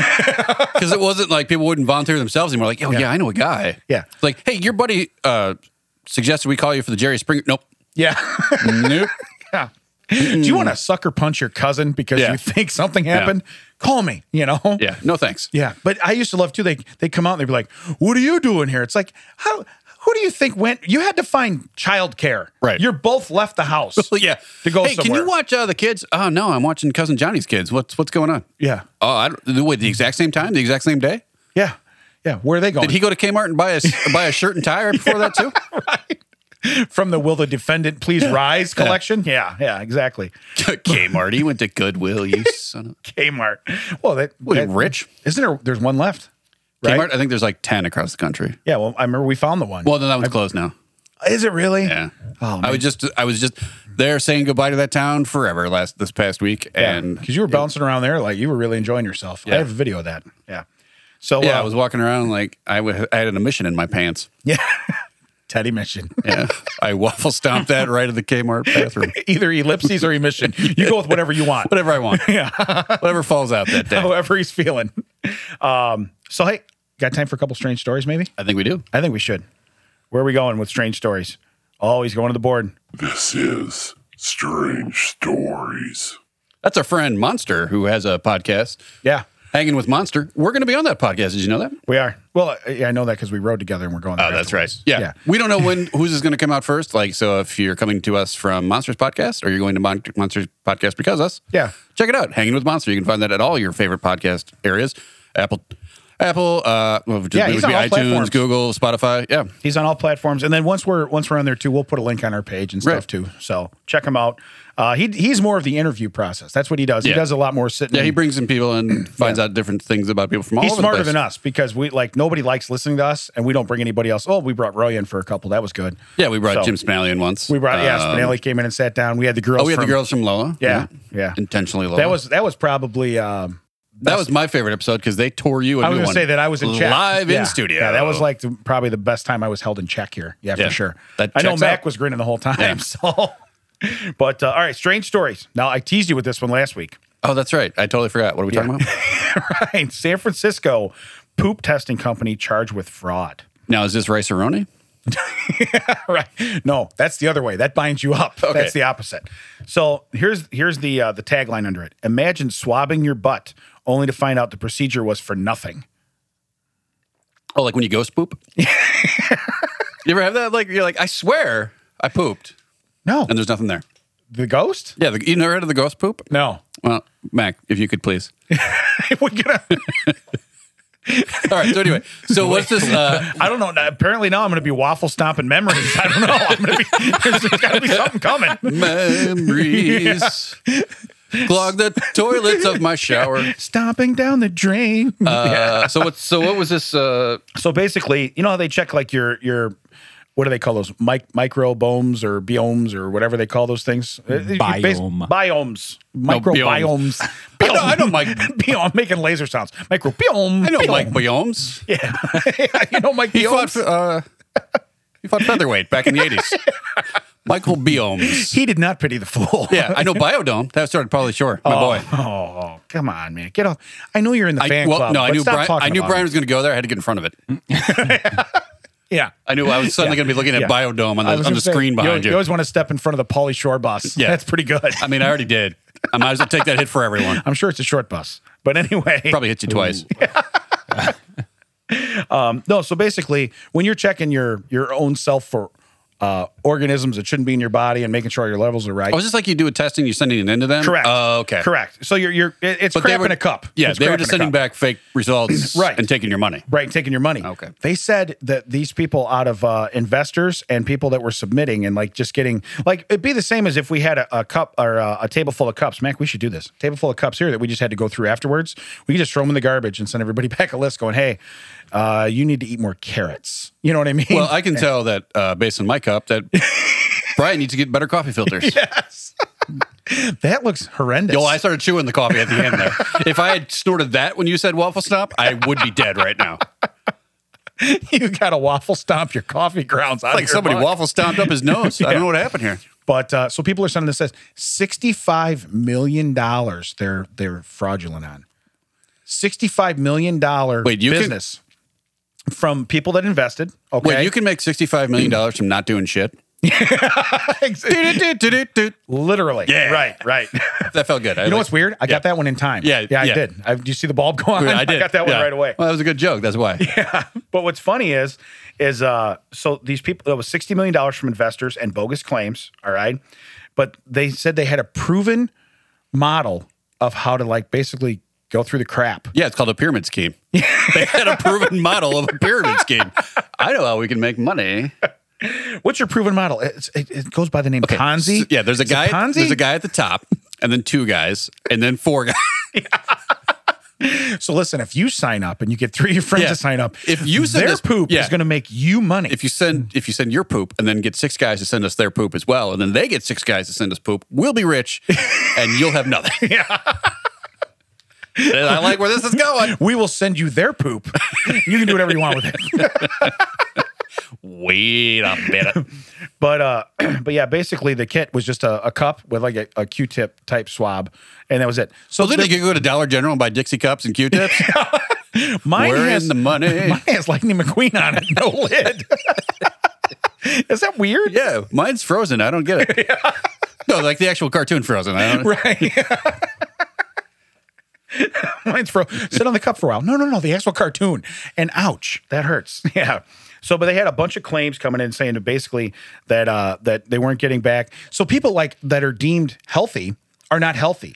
A: Because it wasn't like people wouldn't volunteer themselves anymore. Like, oh yeah, I know a guy.
C: Yeah.
A: It's like, hey, your buddy uh, suggested we call you for the Jerry Springer. Nope.
C: Yeah.
A: nope.
C: Yeah. Do you want to sucker punch your cousin because
A: Yeah.
C: you think something happened? Call me, you know?
A: Yeah. No thanks.
C: Yeah, but I used to love too. They they come out and they'd be like, "What are you doing here?" It's like, how who do you think went? You had to find childcare,
A: Right.
C: You're both left the house.
A: Well, yeah.
C: to go
A: Hey, can
C: somewhere.
A: you watch uh, the kids? Oh no, I'm watching cousin Johnny's kids. What's what's going on?
C: Yeah.
A: Oh, I don't, wait, the exact same time, the exact same day.
C: yeah, yeah. Where are they going?
A: Did he go to Kmart and buy a s- buy a shirt and tie right before that too?
C: from the Will the Defendant Please Rise collection? Yeah, yeah, exactly.
A: Kmart. He went to Goodwill. You son of
C: Kmart. Well, that,
A: What are you,
C: that-
A: rich?
C: isn't there? There's one left. Right?
A: Kmart. I think there's like ten across the country.
C: Yeah. Well, I remember we found the one.
A: Well, then that one's closed now.
C: is it really?
A: Yeah.
C: Oh,
A: I was just I was just there saying goodbye to that town forever last this past week, and
C: because you were bouncing around there like you were really enjoying yourself. I have a video of that. Yeah. So
A: yeah,
C: uh,
A: I was walking around like I wa- I had an emission in my pants.
C: yeah. Teddy Mission.
A: Yeah, I waffle stomped that right at the Kmart bathroom.
C: Either ellipses or emission. You go with whatever you want.
A: Whatever I want. Yeah. Whatever falls out that day.
C: However he's feeling. Um, so hey, got time for a couple strange stories, maybe?
A: I think we do.
C: I think we should. Where are we going with strange stories? Oh, he's going to the board.
G: This is Strange Stories.
A: That's our friend Monster who has a podcast.
C: Yeah.
A: Hanging with Monster. We're going to be on that podcast. Did you know that?
C: We are. Well, I- yeah, I know that because we rode together and we're going. There
A: Oh, that's right.
C: afterwards.
A: Yeah. We don't know when whose is going to come out first. Like, so if you're coming to us from Monsters Podcast or you're going to Mon- Monsters Podcast because us,
C: Yeah.
A: check it out. Hanging with Monster. You can find that at all your favorite podcast areas Apple, Apple, uh, well, just
C: Yeah,
A: it
C: he's
A: would be
C: on all
A: iTunes,
C: platforms.
A: Google, Spotify. Yeah.
C: He's on all platforms, and then once we're once we're on there too, we'll put a link on our page and stuff
A: Right.
C: too. So check him out. Uh, he he's more of the interview process. That's what he does. He
A: Yeah.
C: does a lot more sitting.
A: Yeah, he
C: and-
A: brings in people and finds out different things about people from all
C: he's
A: over
C: smarter
A: the place.
C: than us because we like nobody likes listening to us, and we don't bring anybody else. Oh, we brought Roy in for a couple. That was good.
A: Yeah, we brought
C: So-
A: Jim Smalley in once.
C: We brought yeah.
A: Um,
C: Spinelli came in and sat down. We had the girls.
A: Oh, we had
C: from-
A: the girls from Loa.
C: Yeah, yeah.
A: intentionally Loa.
C: That was that was probably. Um,
A: that was my favorite episode because they tore you. A
C: I was
A: new
C: going to
A: one.
C: say that I was in check.
A: live
C: Yeah.
A: in studio.
C: Yeah, that was like the, probably the best time I was held in check here. Yeah, for
A: Yeah.
C: sure.
A: That
C: I know
A: checks
C: Mac
A: out.
C: was grinning the whole time. So, but uh, all right, strange stories. Now I teased you with this one last week.
A: Oh, that's right. I totally forgot. What are we talking about?
C: right, San Francisco poop testing company charged with fraud.
A: now is this Rice Aroni?
C: right. No, that's the other way. That binds you up.
A: Okay.
C: That's the opposite. So here's here's the uh, the tagline under it. Imagine swabbing your butt only to find out the procedure was for nothing.
A: Oh, like when you ghost poop. you ever have that? Like you're like, I swear I pooped,
C: No,
A: and there's nothing there.
C: the ghost.
A: Yeah, the, you never heard of the ghost poop?
C: No,
A: Well, Mac, if you could please.
C: we're gonna.
A: All right. So anyway, so what's this? Uh,
C: I don't know. Apparently now I'm going to be waffle stomping memories. I don't know. I'm going to be. There's, there's got to be something coming.
A: memories clog the toilets of my shower.
C: Stomping down the drain.
A: Uh, so what? So what was this? Uh,
C: So basically, you know how they check like your your what do they call those mic- microbiomes or biomes or whatever they call those things? Uh, you bas-
E: Biome.
C: biomes,
A: biomes.
C: microbiomes.
A: I know- I know mic-
C: biome. I'm making laser sounds. Microbiome.
A: I know
C: biome.
A: Mike Biomes.
C: Yeah, you know Mike
A: He fought.
C: Biomes.
A: For, uh, he fought featherweight back in the eighties. Michael Biomes.
C: he did not pity the fool.
A: Yeah, I know Biodome. That started probably Shore, my boy.
C: Oh, come on, man, get off! I know you're in the
A: I,
C: fan
A: well,
C: club.
A: no, I
C: but
A: knew
C: stop
A: Brian.
C: talking
A: I knew
C: about
A: Brian
C: it.
A: was going to go there. I had to get in front of it.
C: Yeah.
A: I knew I was suddenly going to be looking at Biodome on the,
C: I was
A: on
C: gonna
A: the
C: say,
A: screen
C: you.
A: behind
C: always-
A: you.
C: You always want to step in front of the Pauly Shore bus.
A: Yeah.
C: that's pretty good.
A: I mean, I already did. I might as well take that hit for everyone.
C: I'm sure it's a short bus, but anyway,
A: Probably hit you twice.
C: um, No, so basically, when you're checking your your own self for uh, organisms that shouldn't be in your body and making sure your levels are right.
A: Oh, is this like you do a testing? You're sending it into them.
C: correct.
A: Oh, okay.
C: Correct. So you're you're it- it's
A: But
C: crap
A: they were
C: in a cup.
A: Yeah,
C: It's
A: they were
C: crap
A: just
C: in a
A: sending
C: cup.
A: back fake results,
C: Right.
A: and taking your money.
C: Right, taking your money.
A: Okay.
C: They said that these people out of uh, investors and people that were submitting and like just getting like it'd be the same as if we had a, a cup or uh, a, a table full of cups. Mac, we should do this. Table full of cups here that we just had to go through afterwards. We could just throw them in the garbage and send everybody back a list going, "Hey, uh, you need to eat more carrots." You know what I mean?
A: Well, I can tell that uh, based on my cup that Brian needs to get better coffee filters.
C: that looks horrendous.
A: Yo, I started chewing the coffee at the end there. if I had snorted that when you said waffle stop, I would be dead right now.
C: you got to waffle stomp your coffee grounds out
A: Like
C: of your
A: somebody
C: mug.
A: waffle stomped up his nose. I don't know what happened here.
C: But uh, so people are sending this says sixty-five million dollars. They're they're fraudulent on sixty-five million dollar
A: Wait, you can-
C: business from people that invested. Okay,
A: Wait, you can make sixty-five million dollars from not doing shit. Do-do-do-do-do-do.
C: literally.
A: Yeah.
C: right, right. you
A: That felt good. I
C: know
A: like-
C: what's weird? I got that one in time.
A: Yeah,
C: yeah, I
A: yeah.
C: did. I, do you see the bulb go on?
A: I did.
C: got that one
A: Yeah.
C: right away.
A: Well, that was a good joke. That's why.
C: But what's funny is, is uh, so these people that was sixty million dollars from investors and bogus claims. All right, but they said they had a proven model of how to like basically go through the crap.
A: Yeah, it's called a pyramid scheme. they had a proven model of a pyramid scheme. I know how we can make money.
C: What's your proven model? It's, it, it goes by the name
A: Okay,
C: Ponzi.
A: so- yeah, there's a
C: Is it
A: guy.
C: Ponzi.
A: There's a guy at the top, and then two guys, and then four guys.
C: So listen, if you sign up and you get three of your friends
A: Yeah.
C: to sign up,
A: If you send
C: their
A: this-
C: poop
A: yeah.
C: is going to make you money.
A: If you send if you send your poop, and then get six guys to send us their poop as well, and then they get six guys to send us poop, we'll be rich, and you'll have nothing. Yeah. I like where this is going.
C: we will send you their poop. you can do whatever you want with it.
A: Wait a minute.
C: But uh, but yeah, basically the kit was just a, a cup with like a a Q-tip type swab, and that was it. So
A: Well, then you could go to Dollar General and buy Dixie cups and Q-tips.
C: mine
A: We're
C: has
A: in the money.
C: mine has Lightning McQueen on it, no lid. is that weird?
A: Yeah, mine's frozen. I don't get it. No, like the actual cartoon Frozen. I don't,
C: Right. Mine's fro. Sit on the cup for a while. No, no, no. The actual cartoon. And ouch, that hurts. Yeah. So, but they had a bunch of claims coming in saying that basically that uh, that they weren't getting back. So people like that are deemed healthy are not healthy,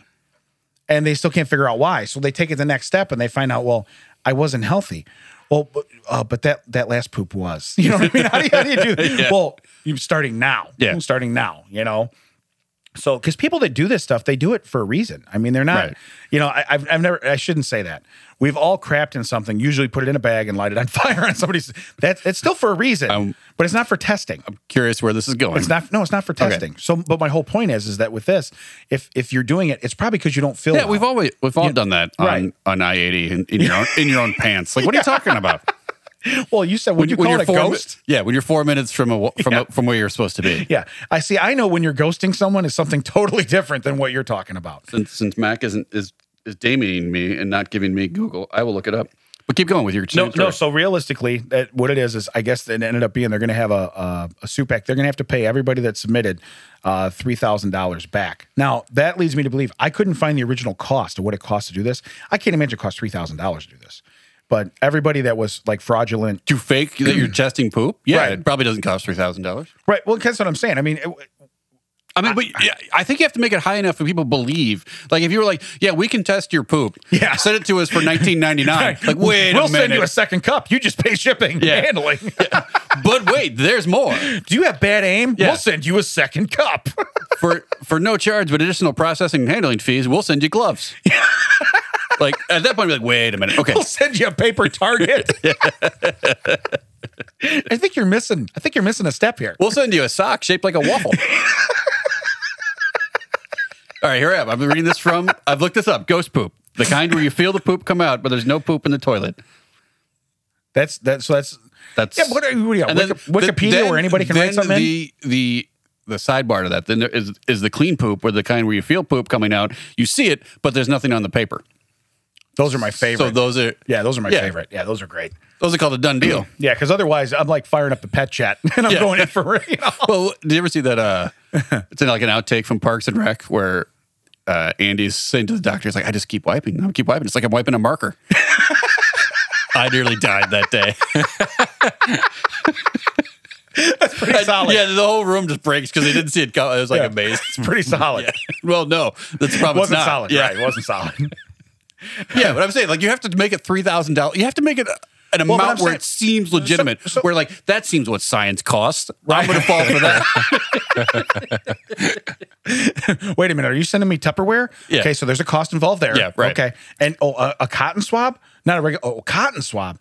C: and they still can't figure out why. So they take it the next step and they find out well.
B: I wasn't healthy. Well, but, uh, but that that last poop was. You know what I mean? How do you, how do, you do? Well, you're starting now.
A: Yeah.
B: starting now.
C: you know so because people that do this stuff they do it for a reason i mean they're not
A: Right.
C: you know I, I've, I've never i shouldn't say that we've all crapped in something usually put it in a bag and light it on fire on somebody's that's it's still for a reason
A: Um,
C: but it's not for testing
A: Curious where this is going.
C: it's not no it's not for testing so but my whole point is is that with this if if you're doing it it's probably because you don't feel
A: Yeah,
C: well.
A: we've always we've all done that on,
C: right.
A: on I eighty in, in your own in your own pants. Like, what are you talking about?
C: well you said when you call it a
A: four, mi-
C: ghost
A: yeah, when you're four minutes from a wa- from a, from where you're supposed to be.
C: yeah i see i know when you're ghosting someone is something totally different than what you're talking about
A: Since since Mac isn't is is damning me and not giving me Google, I will look it up. But keep going with your
C: No, no.
A: story.
C: So realistically, that what it is is, I guess it ended up being they're going to have a a, a SUPAC. They're going to have to pay everybody that submitted uh, three thousand dollars back. Now that leads me to believe I couldn't find the original cost of what it cost to do this. I can't imagine it cost three thousand dollars to do this. But everybody that was like fraudulent
A: to fake that you're testing poop. Yeah,
C: Right.
A: it probably doesn't cost three thousand dollars.
C: Right. Well, that's what I'm saying. I mean, it,
A: I mean, but yeah, I think you have to make it high enough for people believe. Like, if you were like, "Yeah, we can test your poop,"
C: Yeah.
A: send it to us for nineteen ninety nine. Like, wait
C: we'll
A: a
C: send you a
A: minute,
C: second cup. You just pay shipping,
A: Yeah.
C: and handling.
A: but wait, there's more
C: Do you have bad aim?
A: Yeah.
C: We'll send you a second cup.
A: for for no charge but additional processing and handling fees. We'll send you gloves. like at that point, be like, wait a minute, okay,
C: We'll send you a paper target. I think you're missing. I think you're missing a step here.
A: we'll send you a sock shaped like a waffle. All right, here I am. I've been reading this from. I've looked this up. Ghost poop, the kind where you feel the poop come out, but there's no poop in the toilet.
C: That's that's so that's
A: That's
C: yeah. What are you? What are you
A: And then
C: Wiki-
A: the-
C: Wikipedia,
A: then-
C: where anybody can
A: then
C: write something. in?
A: The the the sidebar to that then there is is the clean poop, or the kind where you feel poop coming out, you see it, but there's nothing on the paper.
C: Those are my favorite.
A: So those are
C: yeah, those are my
A: yeah.
C: favorite. Yeah, those are great.
A: those are called a done deal.
C: Yeah, because otherwise I'm like firing up the pet chat and I'm
A: Yeah.
C: going in for you know.
A: well, did you ever see that? Uh, it's in like an outtake from Parks and Rec where uh, Andy's saying to the doctor, "He's like, I just keep wiping. I keep wiping. It's like I'm wiping a marker." I nearly died that day.
C: pretty solid.
A: yeah, the whole room just breaks because they didn't see it coming. It was like
C: Yeah.
A: a maze.
C: It's pretty solid.
A: Well, no, that's probably
C: Wasn't
A: not.
C: solid,
A: Yeah.
C: right? It wasn't solid.
A: Yeah, but I'm saying like you have to make it three thousand dollars. You have to make it an
C: but
A: amount
C: I'm
A: where
C: saying-
A: it seems legitimate. where like that seems what science costs. I'm going to fall for that.
C: Wait a minute, are you sending me Tupperware?
A: Yeah.
C: Okay, so there's a cost involved there.
A: Yeah, right.
C: Okay, and oh, a, a cotton swab, not a regular. Oh, cotton swab.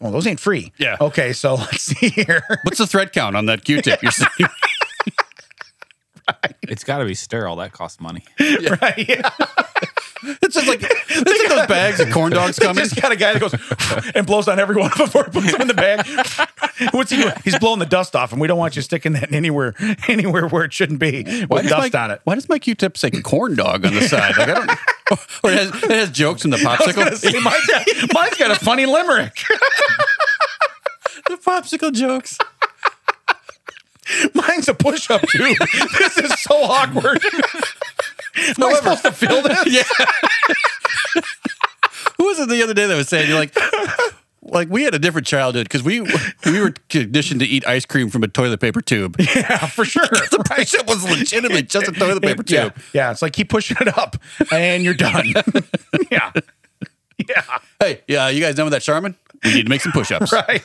C: Well, those ain't free.
A: Yeah.
C: Okay, so let's see here.
A: What's the thread count on that Q-tip? You're saying?
E: It's got to be sterile. That costs money.
C: right. Yeah.
A: It's just like it's like those bags of corn dogs coming.
C: Just got a guy that goes and blows on every one of them before he puts them in the bag. What's he doing? He's blowing the dust off, and we don't want you sticking that anywhere, anywhere where it shouldn't be with
A: does
C: dust
A: my,
C: on it.
A: Why does my Q-tip say corn dog on the side? Like I don't. Or it has, it has jokes in the popsicle.
C: See, mine's got, mine's got a funny limerick.
A: the popsicle jokes.
C: Mine's a push-up too. this is so awkward. Am I supposed to fill this?
A: Yeah. Who was it the other day that was saying you're like, like we had a different childhood because we we were conditioned to eat ice cream from a toilet paper tube.
C: Yeah, for sure.
A: the price up was legitimate, just a toilet paper
C: yeah,
A: tube.
C: yeah. It's like keep pushing it up, and you're done. yeah, yeah,
A: Hey, yeah, you guys done with that, Charmin? We need to make some push-ups.
C: right.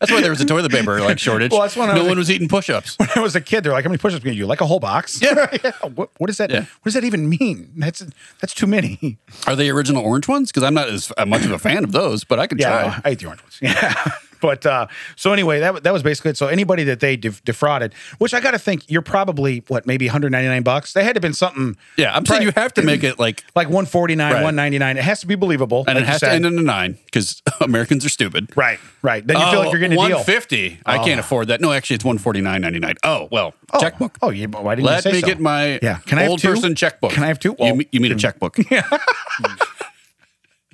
A: That's why there was a toilet paper like shortage.
C: Well, that's when I
A: no
C: was-
A: one was eating push-ups.
C: When I was a kid, they're like, "How many push-ups can you do? Like a whole box?
A: Yeah.
C: What, what does that?
A: Yeah.
C: What does that even mean? That's that's too many.
A: Are they original orange ones? Because I'm not as uh, much of a fan of those, but I can
C: Yeah,
A: try.
C: I ate the orange ones. Yeah. But uh, so anyway, that, wa- that was basically it. So anybody that they def- defrauded, which I got to think, you're probably what maybe 199 bucks. They had to have been something
A: Yeah, I'm saying you have to make it like,
C: like 149,
A: Right.
C: 199. It has to be believable.
A: and
C: like
A: it
C: you
A: has to
C: said.
A: end in a nine because Americans are stupid.
C: Right, right. Then you feel like you're getting a deal.
A: 150. Oh, I can't afford that. No, actually, it's 149.99. Oh well,
C: Oh,
A: checkbook.
C: Oh, yeah, but why didn't you
A: Let
C: say
A: me
C: so?
A: get my
C: Yeah. Can I have
A: old
C: two?
A: person checkbook.
C: Can I have two?
A: You
C: Well,
A: me- you mean a checkbook?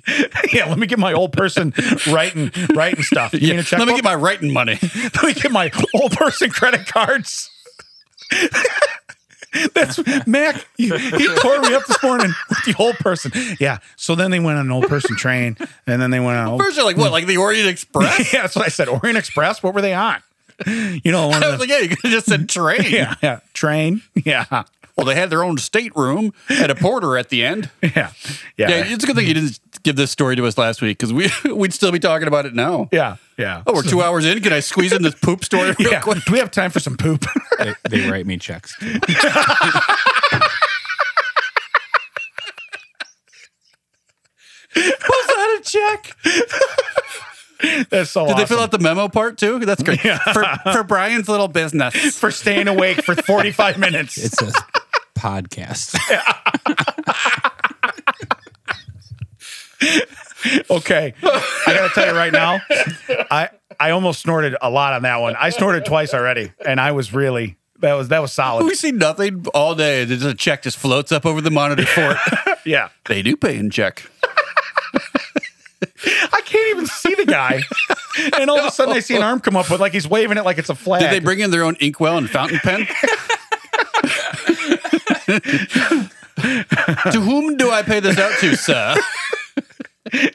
C: yeah, let me get my old person writing writing stuff. You mean a
A: Yeah, Let me get
C: checkbook?
A: my writing money.
C: Let me get my old person credit cards. That's Mac. He, he tore me up this morning with the old person. Yeah. So then they went on an old person train, and then they went on. Old,
A: First, you're like, what, like the Orient Express?
C: yeah, that's what I said. Orient Express. What were they on?
B: You know, one
A: I
B: of the,
A: was like, yeah, you could have just said train.
B: yeah, yeah,
C: Train. Yeah.
A: Well, they had their own stateroom and a porter at the end. Yeah,
C: Yeah. Yeah. Yeah.
A: it's a good thing you didn't give this story to us last week because we we'd still be talking about it now.
C: Yeah.
A: Oh, we're two hours in. Can I squeeze in this poop story real
B: yeah.
A: quick?
B: Do we have time for some poop?
E: They, they write me checks. Too.
A: Was that a check?
C: That's so
A: Did
C: awesome.
A: they fill out the memo part too? That's great for for Brian's little business.
C: for staying awake for 45 minutes.
E: It says podcast.
C: okay. I gotta tell you right now, I I almost snorted a lot on that one. I snorted twice already, and I was really that was that was solid.
A: We see nothing all day. There's a check just floats up over the monitor for it.
C: Yeah.
A: they do pay in check.
C: I can't even see the guy. And all of a sudden I see an arm come up with like he's waving it like it's a flag.
A: Did they bring in their own inkwell and fountain pen? to whom do I pay this out to, sir?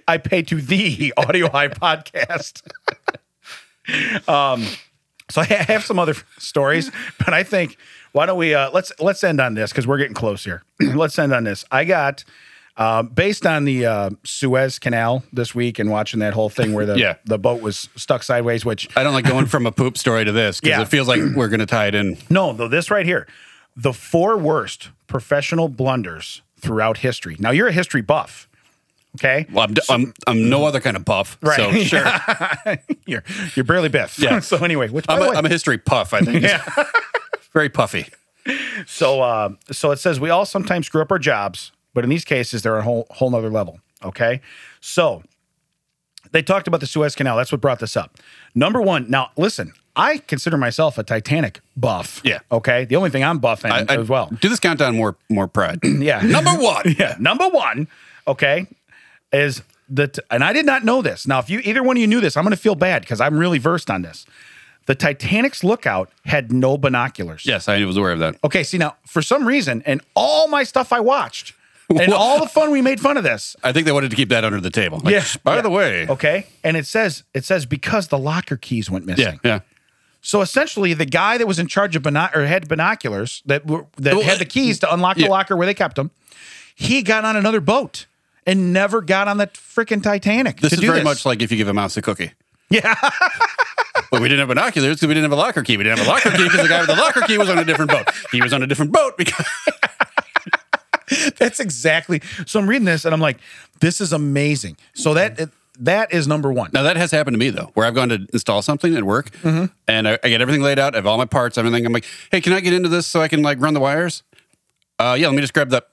C: I pay to the Audio High podcast. um, so I have some other stories, but I think why don't we uh, let's let's end on this because we're getting close here. let's end on this. I got uh, based on the uh, Suez Canal this week and watching that whole thing where the
A: Yeah.
C: the boat was stuck sideways, which
A: I don't like going from a poop story to this because
C: Yeah.
A: it feels like we're going to tie it in.
C: No, though this right here, the four worst professional blunders throughout history. Now you're a history buff, okay?
A: Well, I'm, I'm, I'm no other kind of puff.
C: Right.
A: So sure.
C: You're you're barely Biff.
A: Yeah.
C: so anyway, which by
A: I'm,
C: the
A: a,
C: way-
A: I'm a history puff, I think. Yeah. Very puffy.
C: so uh, so it says we all sometimes screw up our jobs, but in these cases they're on a whole whole nother level. Okay, so they talked about the Suez Canal. That's what brought this up. Number one. Now listen, I consider myself a Titanic buff.
A: Yeah.
C: Okay. The only thing I'm buffing
A: I, I-
C: as well.
A: Do this countdown more more pride.
C: Yeah.
A: Number one.
C: Yeah. Number one, okay, is that, and I did not know this. Now, if you either one of you knew this, I'm going to feel bad because I'm really versed on this. The Titanic's lookout had no binoculars.
A: Yes, I was aware of that.
C: Okay. See, now for some reason, and all my stuff I watched, and all the fun we made fun of this.
A: I think they wanted to keep that under the table. Like,
C: Yeah.
A: By
C: Yeah.
A: the way.
C: Okay. And it says, it says because the locker keys went missing.
A: Yeah. Yeah.
C: So essentially, the guy that was in charge of binoc- or had binoculars that were, that
A: Well,
C: had the keys to unlock
A: Oh, uh, yeah.
C: the locker where they kept them, he got on another boat and never got on the freaking Titanic.
A: This
C: to
A: is
C: do
A: very
C: this.
A: much like if you give a mouse a cookie.
C: yeah,
A: But we didn't have binoculars because we didn't have a locker key. We didn't have a locker key because the guy with the locker key was on a different boat. He was on a different boat because
C: that's exactly. So I'm reading this and I'm like, this is amazing. So that that is number one.
A: now that has happened to me though, where I've gone to install something at work
C: Mm-hmm.
A: and I, I get everything laid out. I have all my parts, everything. I'm like, hey, can I get into this so I can like run the wires? Uh, yeah, let me just grab that.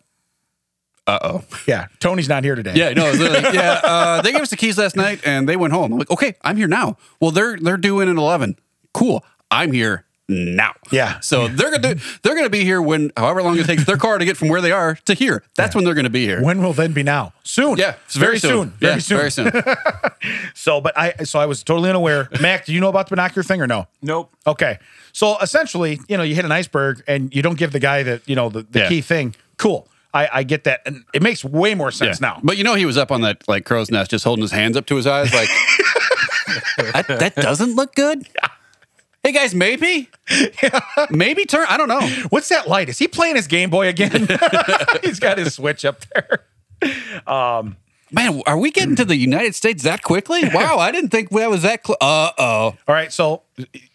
A: Uh oh.
C: Yeah, Tony's not here today.
A: Yeah, no, it's literally- yeah. Uh, they gave us the keys last night and they went home. I'm like, okay, I'm here now. Well, they're they're due in at eleven. Cool, I'm here now.
C: Yeah.
A: So they're gonna do, they're gonna be here when however long it takes their car to get from where they are to here. That's when they're gonna be here.
C: When will then be now? Soon.
A: yeah, it's very, soon.
C: Very
A: Yeah,
C: soon.
A: Very soon.
C: So, but I so I was totally unaware. Mac, do you know about the binocular thing or no?
E: Nope.
C: Okay. So essentially, you know, you hit an iceberg and you don't give the guy the, you know, the, the
A: Yeah.
C: key thing. Cool. I, I get that. And it makes way more sense now.
A: But you know he was up on that like crow's nest, just holding his hands up to his eyes, like that, that doesn't look good. Hey guys, maybe, maybe turn. I don't know.
C: What's that light? Is he playing his Game Boy again? He's got his Switch up there.
A: Man, are we getting to the United States that quickly? Wow, I didn't think that was that close. Uh oh.
C: All right. So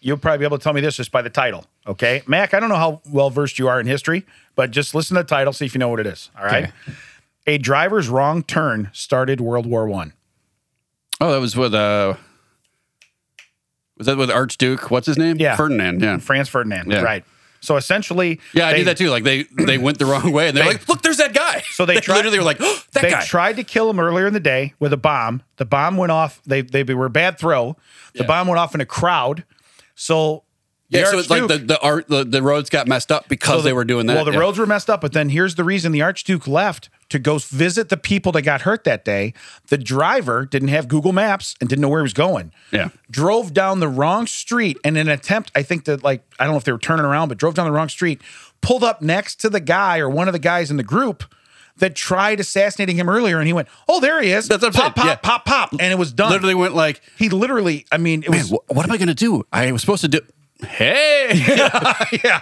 C: you'll probably be able to tell me this just by the title. Okay. Mac, I don't know how well versed you are in history, but just listen to the title, see if you know what it is. All right. A driver's wrong turn started World War One.
A: Oh, that was with uh, was that with Archduke? What's his name?
C: Yeah.
A: Ferdinand. Yeah,
C: Franz Ferdinand.
A: Yeah.
C: Right. So essentially,
A: yeah. I
C: they-
A: knew that too. Like they they went the wrong way, and they're like, look, there's that guy.
C: So they tried-
A: literally were like, oh, that
C: they
A: guy.
C: tried to kill him earlier in the day with a bomb. The bomb went off. They they were a bad throw. The bomb went off in a crowd. So the
A: yeah, so it's like the
C: Archduke-
A: the, art, the the roads got messed up because
C: so Oh, the-
A: they were doing that.
C: Well, the
A: yeah.
C: roads were messed up, but then here's the reason the Archduke left to go visit the people that got hurt that day. The driver didn't have Google Maps and didn't know where he was going.
A: Yeah.
C: Drove down the wrong street in an attempt, I think that like I don't know if they were turning around, but drove down the wrong street, pulled up next to the guy or one of the guys in the group
B: that tried assassinating him earlier, and he went, "Oh, there he is!"
A: That's what I'm
B: pop, pop,
A: saying, yeah.
B: pop, pop, and it was done.
A: Literally went like,
B: he literally. I mean, it
A: man,
B: was
A: wh- what am I gonna do? I was supposed to do. Hey,
B: yeah.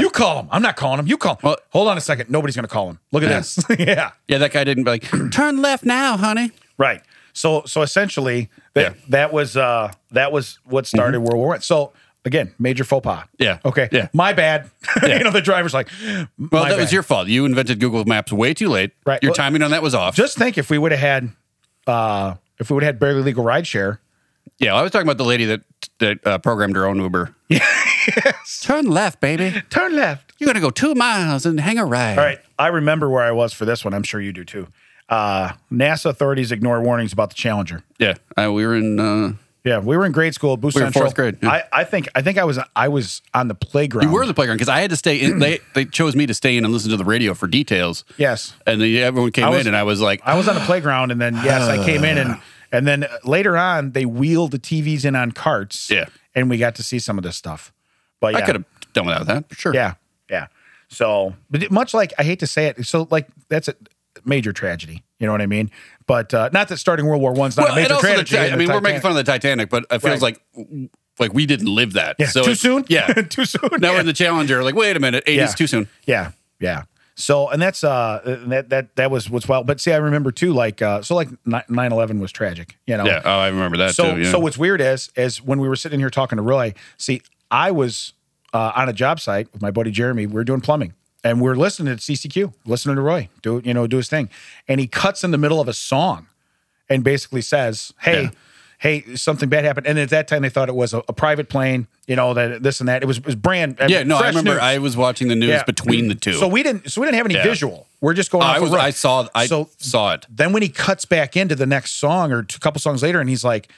B: You call him. I'm not calling him. You call him.
A: Well-
B: Hold on a second. Nobody's going to call him. Look at
A: Yeah.
B: this. yeah.
A: yeah, that guy didn't be like turn left now, honey.
C: Right. So so essentially that
A: Yeah.
C: that was uh that was
B: Mhm.
C: what started World War One. So again, major faux pas.
A: Yeah.
C: Okay.
A: Yeah.
C: My bad. you know, the driver's like,
A: Well,
C: my
A: that was
C: bad.
A: your fault. You invented Google Maps way too late.
C: Right.
A: Your
C: Well-
A: timing on that was off.
C: just think if we would have had uh if we would have had barely legal rideshare.
A: yeah, I was talking about the lady that that uh, programmed her own Uber. yes. Turn left, baby.
C: Turn left.
A: You're gonna go two miles and hang a ride.
C: All right. I remember where I was for this one. I'm sure you do too. Uh NASA authorities ignore warnings about the Challenger.
A: Yeah, I, we were in. Uh,
C: Yeah, we were in grade school at Boost
A: We were in
C: Central.
A: fourth grade, yeah.
C: I, I think I think I was I was on the playground.
A: you were in the playground because I had to stay in. they they chose me to stay in and listen to the radio for details.
C: Yes.
A: And then everyone came
C: I was-
A: in, and I was like,
C: I was on the playground, and then yes, I came in,
A: Ah.
C: and and then later on they wheeled the TVs in on carts.
A: Yeah.
C: and we got to see some of this stuff. But yeah,
A: I could have done without that. Sure.
C: yeah, yeah. So, but it- much like I hate to say it, so like that's a major tragedy. You know what I mean? But uh, not that starting World War One's not
A: Well,
C: a
A: and
C: major
A: also the Ti-
C: tragedy. in
A: I
C: the
A: mean, we're making
C: Titanic.
A: fun of the Titanic, but it feels
C: Right.
A: like like we didn't live that.
C: Yeah, too
A: it-
C: soon.
A: Yeah.
C: too soon.
A: now
C: yeah.
A: we're in the Challenger. Like, wait a minute, 80s
C: Yeah.
A: too soon.
C: Yeah, yeah. So, and that's uh that that that was what's wild. But see, I remember too, like uh, so, like 9-11 was tragic. You know?
A: Yeah. Oh, I remember that
C: so
A: too. Yeah.
C: so what's weird is is when we were sitting here talking to Roy, see, I was uh, on a job site with my buddy Jeremy. We were doing plumbing. And we were listening to CCQ, listening to Roy do you know do his thing, and he cuts in the middle of a song, and basically says, "Hey,
A: Yeah.
C: hey, something bad happened." And at that time, they thought it was a, a private plane, you know that this and that. It was, it was brand
A: yeah. No, I
C: fresh
A: remember
C: news.
A: I was watching the news
C: Yeah.
A: between the two.
C: So we didn't. So we didn't have any
A: Yeah.
C: visual. We're just going.
A: I
C: off a
A: was.
C: rip.
A: I saw. I
C: So
A: saw it.
C: then when he cuts back into the next song or a couple songs later, and he's like,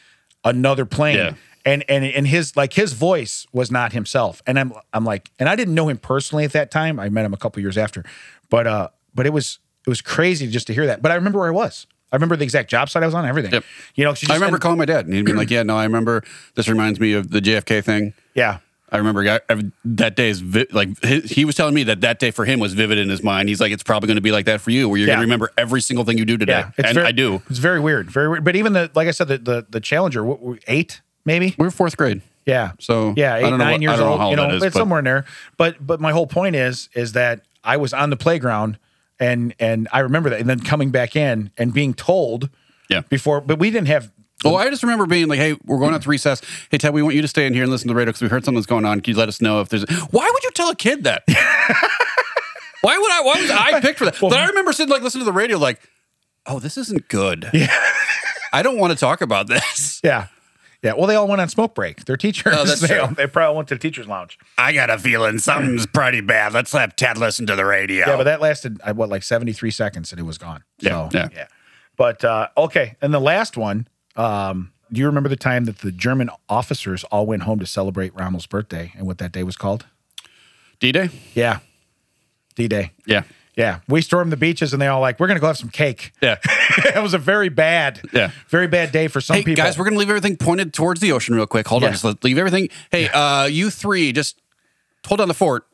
C: another plane.
A: Yeah.
C: And, and and his like his voice was not himself, and I'm I'm like, and I didn't know him personally at that time. I met him a couple years after, but uh, but it was it was crazy just to hear that. But I remember where I was. I remember the exact job site I was on. Everything.
A: Yep.
C: You know, 'cause you
A: I
C: just-
A: remember
C: and-
A: calling my dad, and he'd been like, "Yeah, no, I remember. This reminds me of the JFK thing."
C: Yeah.
A: I remember I, I, that day is vi- like he, he was telling me that that day for him was vivid in his mind. He's like, "It's probably going to be like that for you, where you're
C: Yeah.
A: going to remember every single thing you do today."
C: Yeah. It's
A: and
C: very-
A: I do.
C: It's very weird. Very weird. But even the like I said, the the, the Challenger, what, were- eight maybe.
A: We We're fourth grade.
C: Yeah.
A: So,
C: yeah,
A: I
C: eight,
A: don't know
C: nine
A: what- I
C: years
A: don't know
C: old.
A: how
C: you
A: old
C: know,
A: that is,
C: it's
A: but-
C: somewhere in there. But but my whole point is is that I was on the playground and and I remember that, and then coming back in and being told
A: Yeah.
C: before, but we didn't have.
A: Oh, I just remember being like, "Hey, we're going out to recess. Hey, Ted, we want you to stay in here and listen to the radio because we heard something's going on. Can you let us know if there's?" Why would you tell a kid that? why would I? Why was I picked for that? but I remember sitting like listening to the radio, like, "Oh, this isn't good. I don't want to talk about this.
C: Yeah. Yeah. Well, they all went on smoke break. Their teachers.
A: Oh, that's
C: they,
A: true.
C: all- they probably went to the teachers' lounge.
A: I got a feeling something's pretty bad. Let's have Ted listen to the radio."
C: Yeah, but that lasted uh, what like seventy three seconds, and it was gone.
A: Yeah,
C: So,
A: yeah.
C: But uh, okay, and the last one. Um, do you remember the time that the German officers all went home to celebrate Rommel's birthday and what that day was called?
A: D-Day.
C: Yeah, D Day.
A: Yeah,
C: Yeah, we stormed the beaches, and they all like, "We're gonna go have some cake."
A: yeah.
C: it was a very bad,
A: Yeah.
C: very bad day for some
A: hey
C: people.
A: guys, we're gonna leave everything pointed towards the ocean real quick. Hold
C: Yeah.
A: on, just let- leave everything. Hey, uh, you three, just hold on the fort.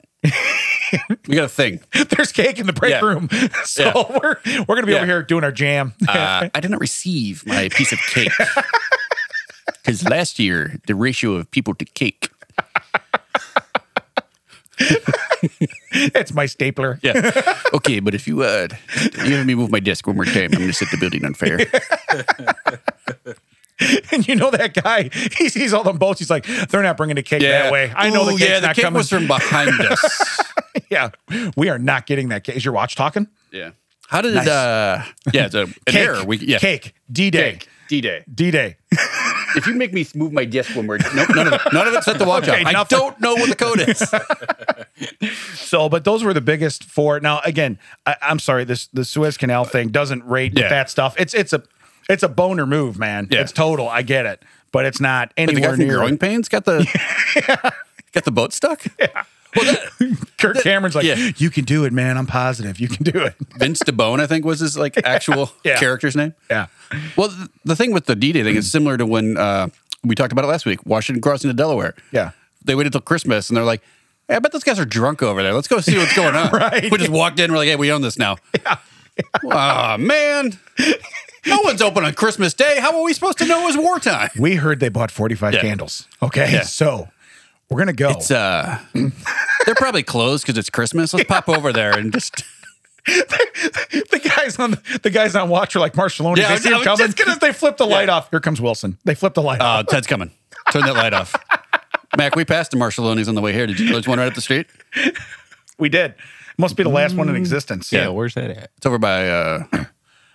A: we got a thing.
C: there's cake in the break
A: Yeah.
C: room, so
A: Yeah.
C: we're we're gonna be over
A: Yeah.
C: here doing our jam.
A: uh, I did not receive my piece of cake because last year the ratio of people to cake.
C: it's my stapler.
A: Yeah. Okay, but if you uh, you have me move my desk one more time, I'm going to set the building on fire.
C: And you know that guy, he sees all them boats. He's like, "They're not bringing the cake that way." I know
A: Ooh,
C: the cake's
A: yeah, the
C: not
A: cake
C: coming.
A: was from behind us.
C: yeah, we are not getting that cake. Is your watch talking?
A: yeah. How did it? Uh, yeah, it's a, an error. We yeah.
C: cake, D day,
A: D Day.
C: D day.
A: If you make me move my desk one more, nope, none of it. None of it. Set the watch
C: Okay,
A: off. I
C: nothing.
A: don't know what the code is.
C: So, but those were the biggest four. Now, again, I, I'm sorry, this the Suez Canal thing doesn't rate with
A: Uh, Yeah.
C: that stuff. It's it's a it's a boner move, man.
A: Yeah.
C: It's total. I get it, but it's not
A: the guy
C: anywhere
A: from
C: near.
A: Growing Pains got the got the boat stuck. Yeah. Well, that,
C: Kirk Cameron's like,
A: yeah.
C: you can do it, man. I'm positive you can do it.
A: Vince DeBone, I think, was his like actual
C: Yeah.
A: character's name.
C: Yeah,
A: Well, th- the thing with the D-Day thing is similar to when uh, we talked about it last week, Washington crossing to Delaware.
C: Yeah.
A: They waited till Christmas and they're like, Hey, I bet those guys are drunk over there. Let's go see what's going on.
B: Right.
A: We just walked in. We're like, hey, we own this now. Aw, man. No one's open on Christmas Day. How are we supposed to know it was wartime?
B: We heard they bought 45
A: Yeah.
B: candles. Okay. So we're going to go.
A: It's uh, they're probably closed because it's Christmas. Let's pop over there and just.
B: the guys on the, the guys on watch are like Marshalloni.
A: Yeah, I
B: they
A: was-
B: see
A: I
B: him
A: was
B: coming.
A: just gonna-
B: they flip the light off. Here comes Wilson. They flip the light off.
A: Uh, Ted's coming. Turn that light off. Mac, we passed the Marshalloni's on the way here. Did you? There's one right up the street.
C: We did. Must be the last one in
A: mm,
C: existence.
E: Yeah, where's that at?
A: It's over by uh,
C: I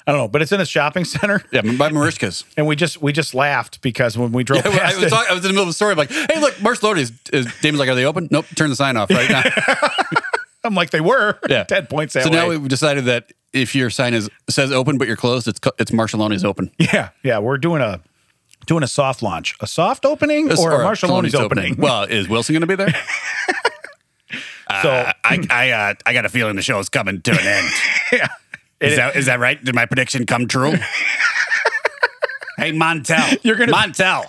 C: don't know, but it's in a shopping center,
A: yeah, by Marishka's.
C: and we just we just laughed because when we drove
A: I
C: past
A: was,
C: it,
A: talking, I was in the middle of the story. I'm like, hey, look, Marshalloni's. Is Damon's like, are they open? Nope. Turn the sign off right now.
C: I'm like they were.
A: Yeah.
C: Ted points that
A: so
C: way.
A: now we've decided that if your sign is says open but you're closed, it's co- it's Marshalloni's open.
C: yeah, yeah, we're doing a doing a soft launch, a soft opening, or, a Marshalloni's opening.
A: Well, is Wilson going to be there?
C: so
A: I I uh, I got a feeling the show is coming to an end.
C: yeah,
A: Is that is that right? Did my prediction come true? hey Montel,
B: You're gonna-
A: Montel.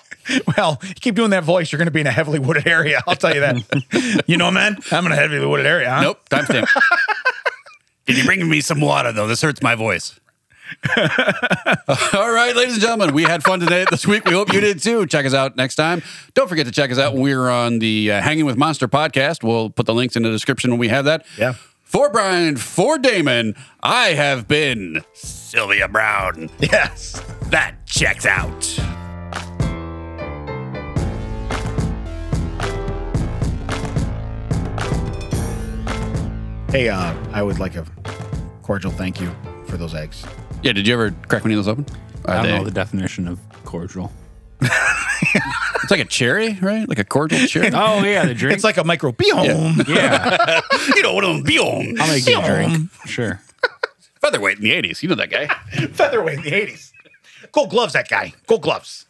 B: Well, you keep doing that voice, you're going to be in a heavily wooded area. I'll tell you that. you know, man, I'm in a heavily wooded area. Huh?
A: Nope, timestamp. Can you bring me some water though? This hurts my voice. All right, ladies and gentlemen, we had fun today this week. We hope you did too. Check us out next time. Don't forget to check us out. We're on the uh, Hanging with Monster podcast. We'll put the links in the description when we have that.
C: Yeah.
A: For Brian, for Damon, I have been Sylvia Brown.
C: yes.
A: That checks out.
C: Hey, uh, I would like a cordial thank you for those eggs.
A: Yeah, did you ever crack one of those open? Are
E: I don't
A: they-
E: know the definition of cordial.
A: It's like a cherry, right? Like a cordial cherry.
E: Oh yeah, the drink.
B: It's like a microbiome.
E: yeah,
A: you know what I'm beyond.
E: I'll make you a drink. Sure.
A: Featherweight in the 80s. You know that guy.
B: Featherweight in the 80s.
C: Gold gloves, that guy. Gold gloves.